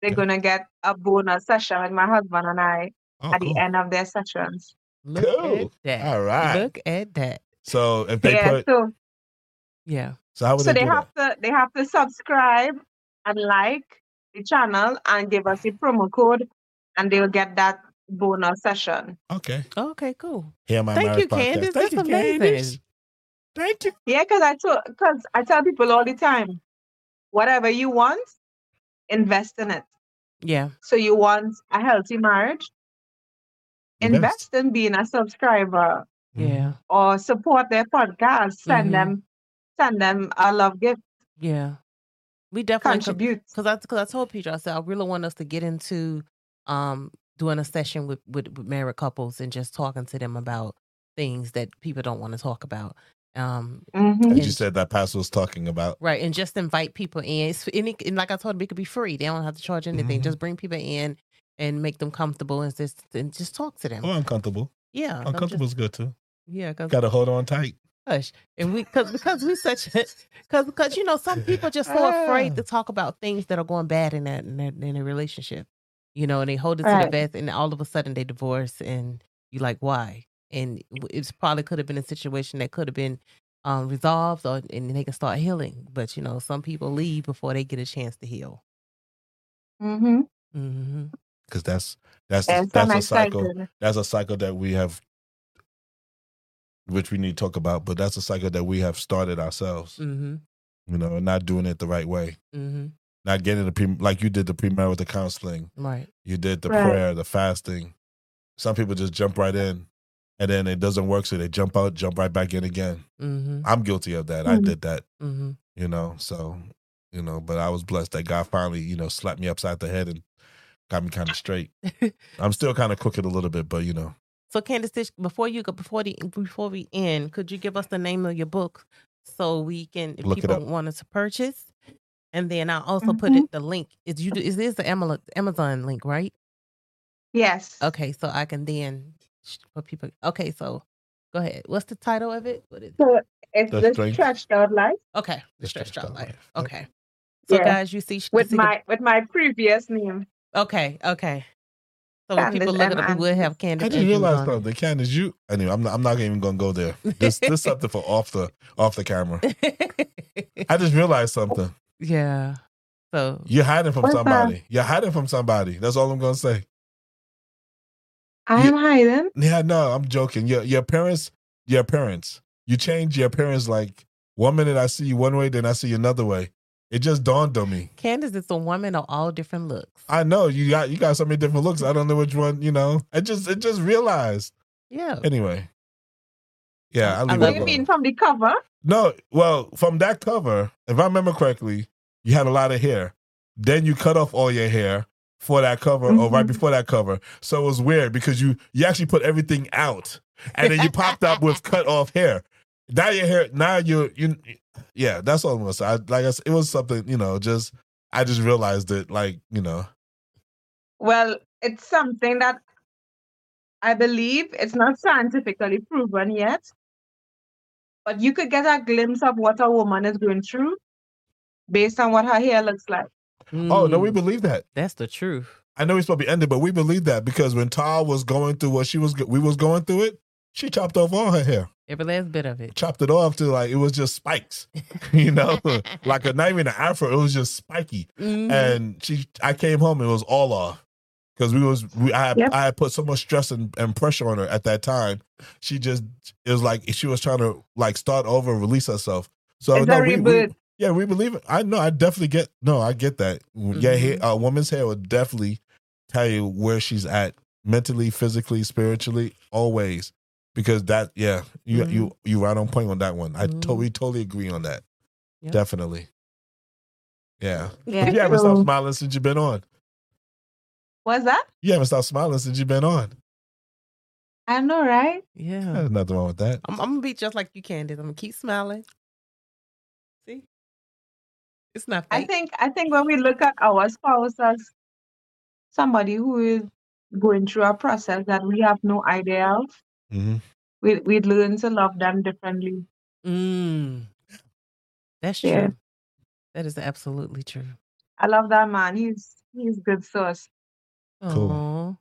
they're
Okay.
gonna get a bonus session with my husband and I
Oh,
at
cool.
the end of their sessions.
Look
Cool.
at that.
All right.
Look at that.
So if they
yeah,
put,
so
Yeah.
so how would
so
they,
they
do that?
have to they have to subscribe and like the channel and give us the promo code and they'll get that bonus session.
Okay,
Okay. Cool.
hear my
Thank
marriage
you,
podcast.
Candace.
Thank
That's
you,
amazing.
Candace. Thank you.
Yeah, because I tell because I tell people all the time, whatever you want, invest in it.
Yeah.
So you want a healthy marriage? Invest in being a subscriber
Mm-hmm.
Yeah.
or support their podcast. Send
Mhm.
them, send them a love gift.
Yeah. We definitely could-
Contribute.
because I because I told Peter I said I really want us to get into um doing a session with, with with married couples and just talking to them about things that people don't want to talk about. Um,
Mhm.
As you
And-
said, that pastor was talking about.
right, and just invite people in. It's any and like I told them, it could be free. They don't have to charge anything.
Mhm.
Just bring people in and make them comfortable and just and just talk to them.
Oh, uncomfortable.
yeah, I'm
Uncomfortable is good too.
Just, yeah, because
Got to hold on tight.
hush and we because because we such because because you know some people just so afraid to talk about things that are going bad in that in, that, in a relationship you know and they hold it to the
Right.
vest and all of a sudden they divorce and you like why and w- it's probably could have been a situation that could have been um resolved or and they can start healing but you know some people leave before they get a chance to heal
Mhm.
mm-hmm.
because that's that's
Yes, I'm
that's a cycle.
excited.
That's a cycle that we have, which we need to talk about. But that's a cycle that we have started ourselves.
Mm-hmm.
You know, and not doing it the right way,
Mm-hmm.
not getting the pre like you did the premarital counseling,
right
you did the
Right.
prayer, the fasting. Some people just jump right in, and then it doesn't work, so they jump out, jump right back in again.
mm-hmm.
I'm guilty of that. I
Hmm.
did that.
Mm-hmm.
You know, so you know, but I was blessed that God finally you know slapped me upside the head and got me kind of straight. I'm still kind of crooked a little bit, but you know.
So Candace, this- before you go, before the before we end, could you give us the name of your book so we can if
Look it
people
up.
want us to purchase? And then I'll also put
Mm-hmm.
it the link. Is you do is this the Amala- Amazon link, right?
Yes.
Okay, so I can then sh- for people. Okay, so go ahead. What's the title of it? What is it?
So it's
The
the
strength.
stretched out life
Okay, the
The
stretched
Stretched
out
Out
life.
Life. Yep.
Okay, so
Yeah.
guys, you see you
with
see the-
my with my previous name.
okay okay. So when people
Candace
look
M.
at it, we will
Anthony.
have Candace.
I didn't
Andrews
realize
on it.
something. Candace, you anyway. I'm not. I'm not even gonna go there. This this something for off the off the camera. I just realized something.
yeah. So
You're hiding from
What's that?
somebody. You're hiding from somebody. That's all I'm gonna say.
I am hiding.
Yeah, no, I'm joking. Your your parents, your parents. You change your parents like one minute I see you one way, then I see you another way. It just dawned on me.
Candace is a woman of all different looks.
I know you got you got so many different looks. I don't know which one. You know, I just it just realized.
yeah.
Anyway, yeah, I
I
leave
love
it
What do
it.
you
alone.
mean from the cover?
No, well, from that cover, if I remember correctly, you had a lot of hair. Then you cut off all your hair for that cover or right
Mhm.
before that cover. So it was weird because you you actually put everything out and then you popped up with cut off hair. Now your hair now you you yeah, that's all I'm gonna say. I, like I said, it was something, you know, just I just realized it like, you know.
Well, it's something that I believe it's not scientifically proven yet, but you could get a glimpse of what a woman is going through based on what her hair looks like.
Oh no,
Mm,
we believe that.
that's the truth.
I know we're supposed to be ended, but we believe that because when Tal was going through what she was, we was going through it. She chopped off all her hair,
Every last bit of it.
chopped it off to like it was just spikes, you know, like a not even an afro. It was just spiky.
Mhm.
and she I came home and it was all off because we was we I
Yeah.
I had put so much stress and, and pressure on her at that time. She just it was like she was trying to like start over and release herself. So
It's
no,
a
we, we,
reboot.
yeah, we believe it. I know I definitely get no, I get that. Yeah,
Mm-hmm.
hair, a woman's hair will definitely tell you where she's at mentally, physically, spiritually, always. Because that, yeah, you
Mhm.
you you right on point on that one. I
Mhm.
totally totally agree on that.
Yep.
Definitely. Yeah.
Yeah.
You haven't stopped
so-
smiling since you've been on.
What's that?
You haven't stopped smiling since you've been on.
I know, right?
yeah.
There's nothing wrong with that.
I'm, I'm gonna be just like you, Candace. I'm gonna keep smiling. See, it's not fake.
I think I think when we look at our spouse as somebody who is going through a process that we have no idea of,
Mm-hmm.
we we learn to love them differently.
Mm. That's true.
Yeah.
That is absolutely true.
I love that man. He's he's good source.
Cool.
Aw.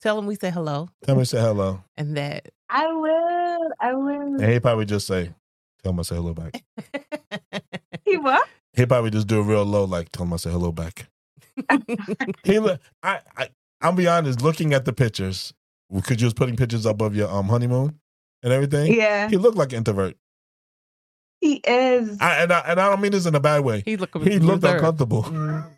Tell him we say hello
Tell me to say hello.
and that.
I will. I will.
And he probably just say, tell him I say hello back.
He what?
He probably just do a real low, like, tell him I say hello back. He, look, I, I, I'll be honest, looking at the pictures, because you was putting pictures up of your um, honeymoon and everything,
Yeah,
he looked like an introvert.
he is.
I, and, I, and I don't mean this in a bad way.
he looked.
He looked
reserved.
uncomfortable.
Mm.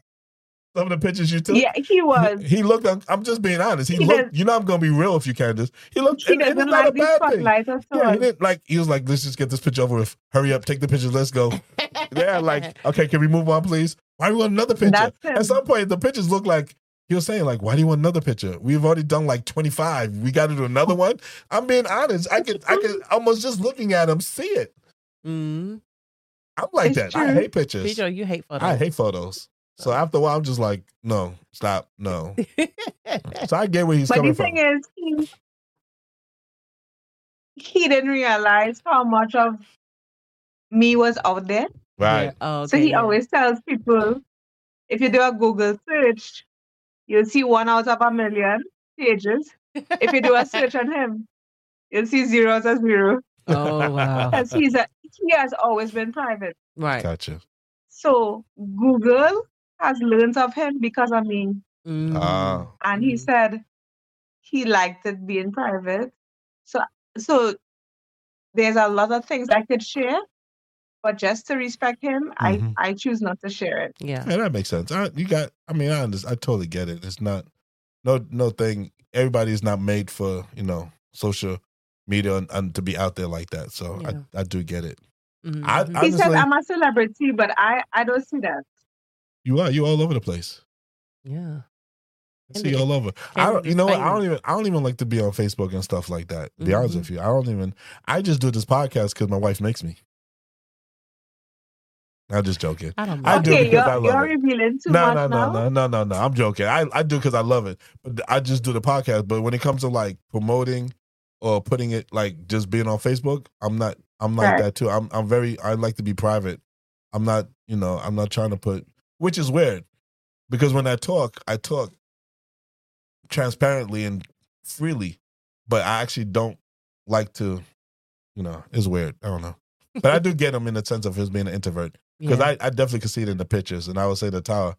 Some of the pictures you took,
Mm-hmm. Yeah, he was.
He looked. Un- I'm just being honest. He,
He
looked.
does-
you know, I'm gonna be real if you can. Just he looked.
He
and- and
doesn't
it's not
like
a
the
bad thing.
spotlight at
Yeah, he
all.
didn't like. He was like, let's just get this picture over with. Hurry up, take the pictures. Let's go. Yeah, like, okay, can we move on, please? Why do you want another picture?
That's him.
At some point, the pictures look like he was saying, like, why do you want another picture? We've already done like 25. We got to do another one. I'm being honest. I could, I could almost just looking at him see it.
Mm.
I'm like
It's
that. I
true.
hate pictures.
Pedro, you hate photos.
I hate photos. So after a while, I'm just like, no, stop, no. So I get where he's
But
coming
the
from.
thing is, he, he didn't realize how much of me was out there.
right.
Yeah. Oh,
so
okay,
he
yeah.
always tells people, if you do a Google search, you'll see one out of a million pages. If you do a search on him, you'll see zero as a zero.
oh wow.
Because he's a, he has always been private.
Right.
Gotcha.
So Google has learned of him because of me. Mm-hmm.
Mm.
Ah,
and he
Mm.
said he liked it being private. So so there's a lot of things I could share, but just to respect him,
Mm-hmm.
Mhm.
I I choose not to share it.
yeah.
yeah, that makes sense. I, you got. I mean, I understand. I totally get it. It's not no no thing. Everybody's not made for you know social media and, and to be out there like that. So
Yeah.
I, I do get it.
Mm.
I- I-
He says
Honestly-
I'm a celebrity, but I I don't see that.
You are you all over the place.
yeah.
I see you all over. I don't. You know what? I don't even. I don't even like to be on Facebook and stuff like that. To be honest
Mhm.
with you, I don't even. I just do this podcast because my wife makes me. I'm just joking.
I don't.
I
mind.
do
okay,
because
you're,
I love
you're
it.
revealing too
no,
much
no,
now.
no, no, no, no, no. I'm joking. I, I do because I love it. But I just do the podcast. But when it comes to like promoting or putting it like just being on Facebook, I'm not. I'm like
Right.
that too. I'm. I'm very. I like to be private. I'm not. You know. I'm not trying to put. Which is weird, because when I talk, I talk transparently and freely, but I actually don't like to. You know, it's weird. I don't know. But I do get him in the sense of his being an introvert because
Yeah.
I, I definitely could see it in the pictures, and I would say to Tyler,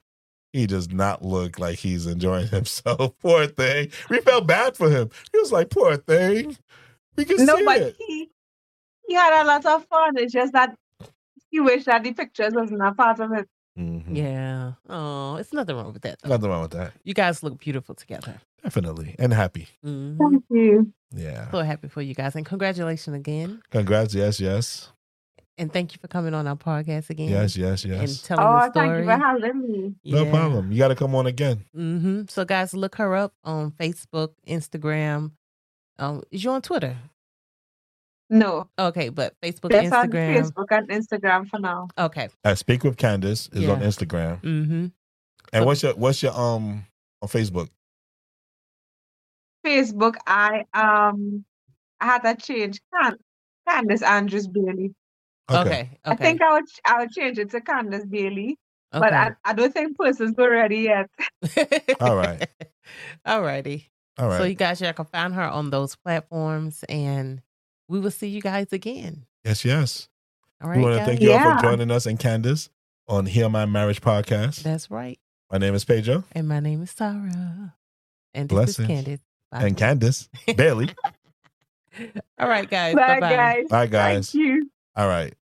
he does not look like he's enjoying himself. poor thing. We felt bad for him. He was like, poor thing. We can
No,
see
but
it.
he he had a lot of fun. It's just that he wished that the pictures wasn't a part of it. Mm-hmm.
Mhm.
Yeah. Oh, it's nothing wrong with that. Though.
Nothing wrong with that.
You guys look beautiful together.
Definitely. And happy.
Mhm.
Thank you.
Yeah.
So happy for you guys, and congratulations again,
Congrats. Yes, yes.
and thank you for coming on our podcast again.
Yes, yes,
And
yes.
Oh,
telling the story.
thank you for having me.
No problem. You got to come on again.
hmm So, guys, look her up on Facebook, Instagram. Um, is you on Twitter?
No,
Okay, but Facebook,
that's on
Instagram.
Facebook and Instagram for now.
Okay.
At Speak with Candace is on
Yeah.
Instagram.
Mm-hmm.
And what's your what's your um on Facebook?
Facebook, I um I had to change Can- Candace Andrews Bailey.
Okay. Okay.
I think I would I would change it to Candace Bailey, but I, I don't think persons were ready yet.
Okay.
All right.
All righty.
All right.
So you guys, y'all can find her on those platforms, and we will see you guys again.
yes, yes.
All
we
right,
want to
guys?
thank you all
Yeah.
for joining us and Candace on Heal My Marriage podcast.
That's right.
My name is Pedro
And my name is Sarah, and this
Blessings.
is Candace. Bye.
and Candace Bailey.
All right, guys.
Bye
Bye, bye.
guys.
Bye, guys.
Thank you.
All right.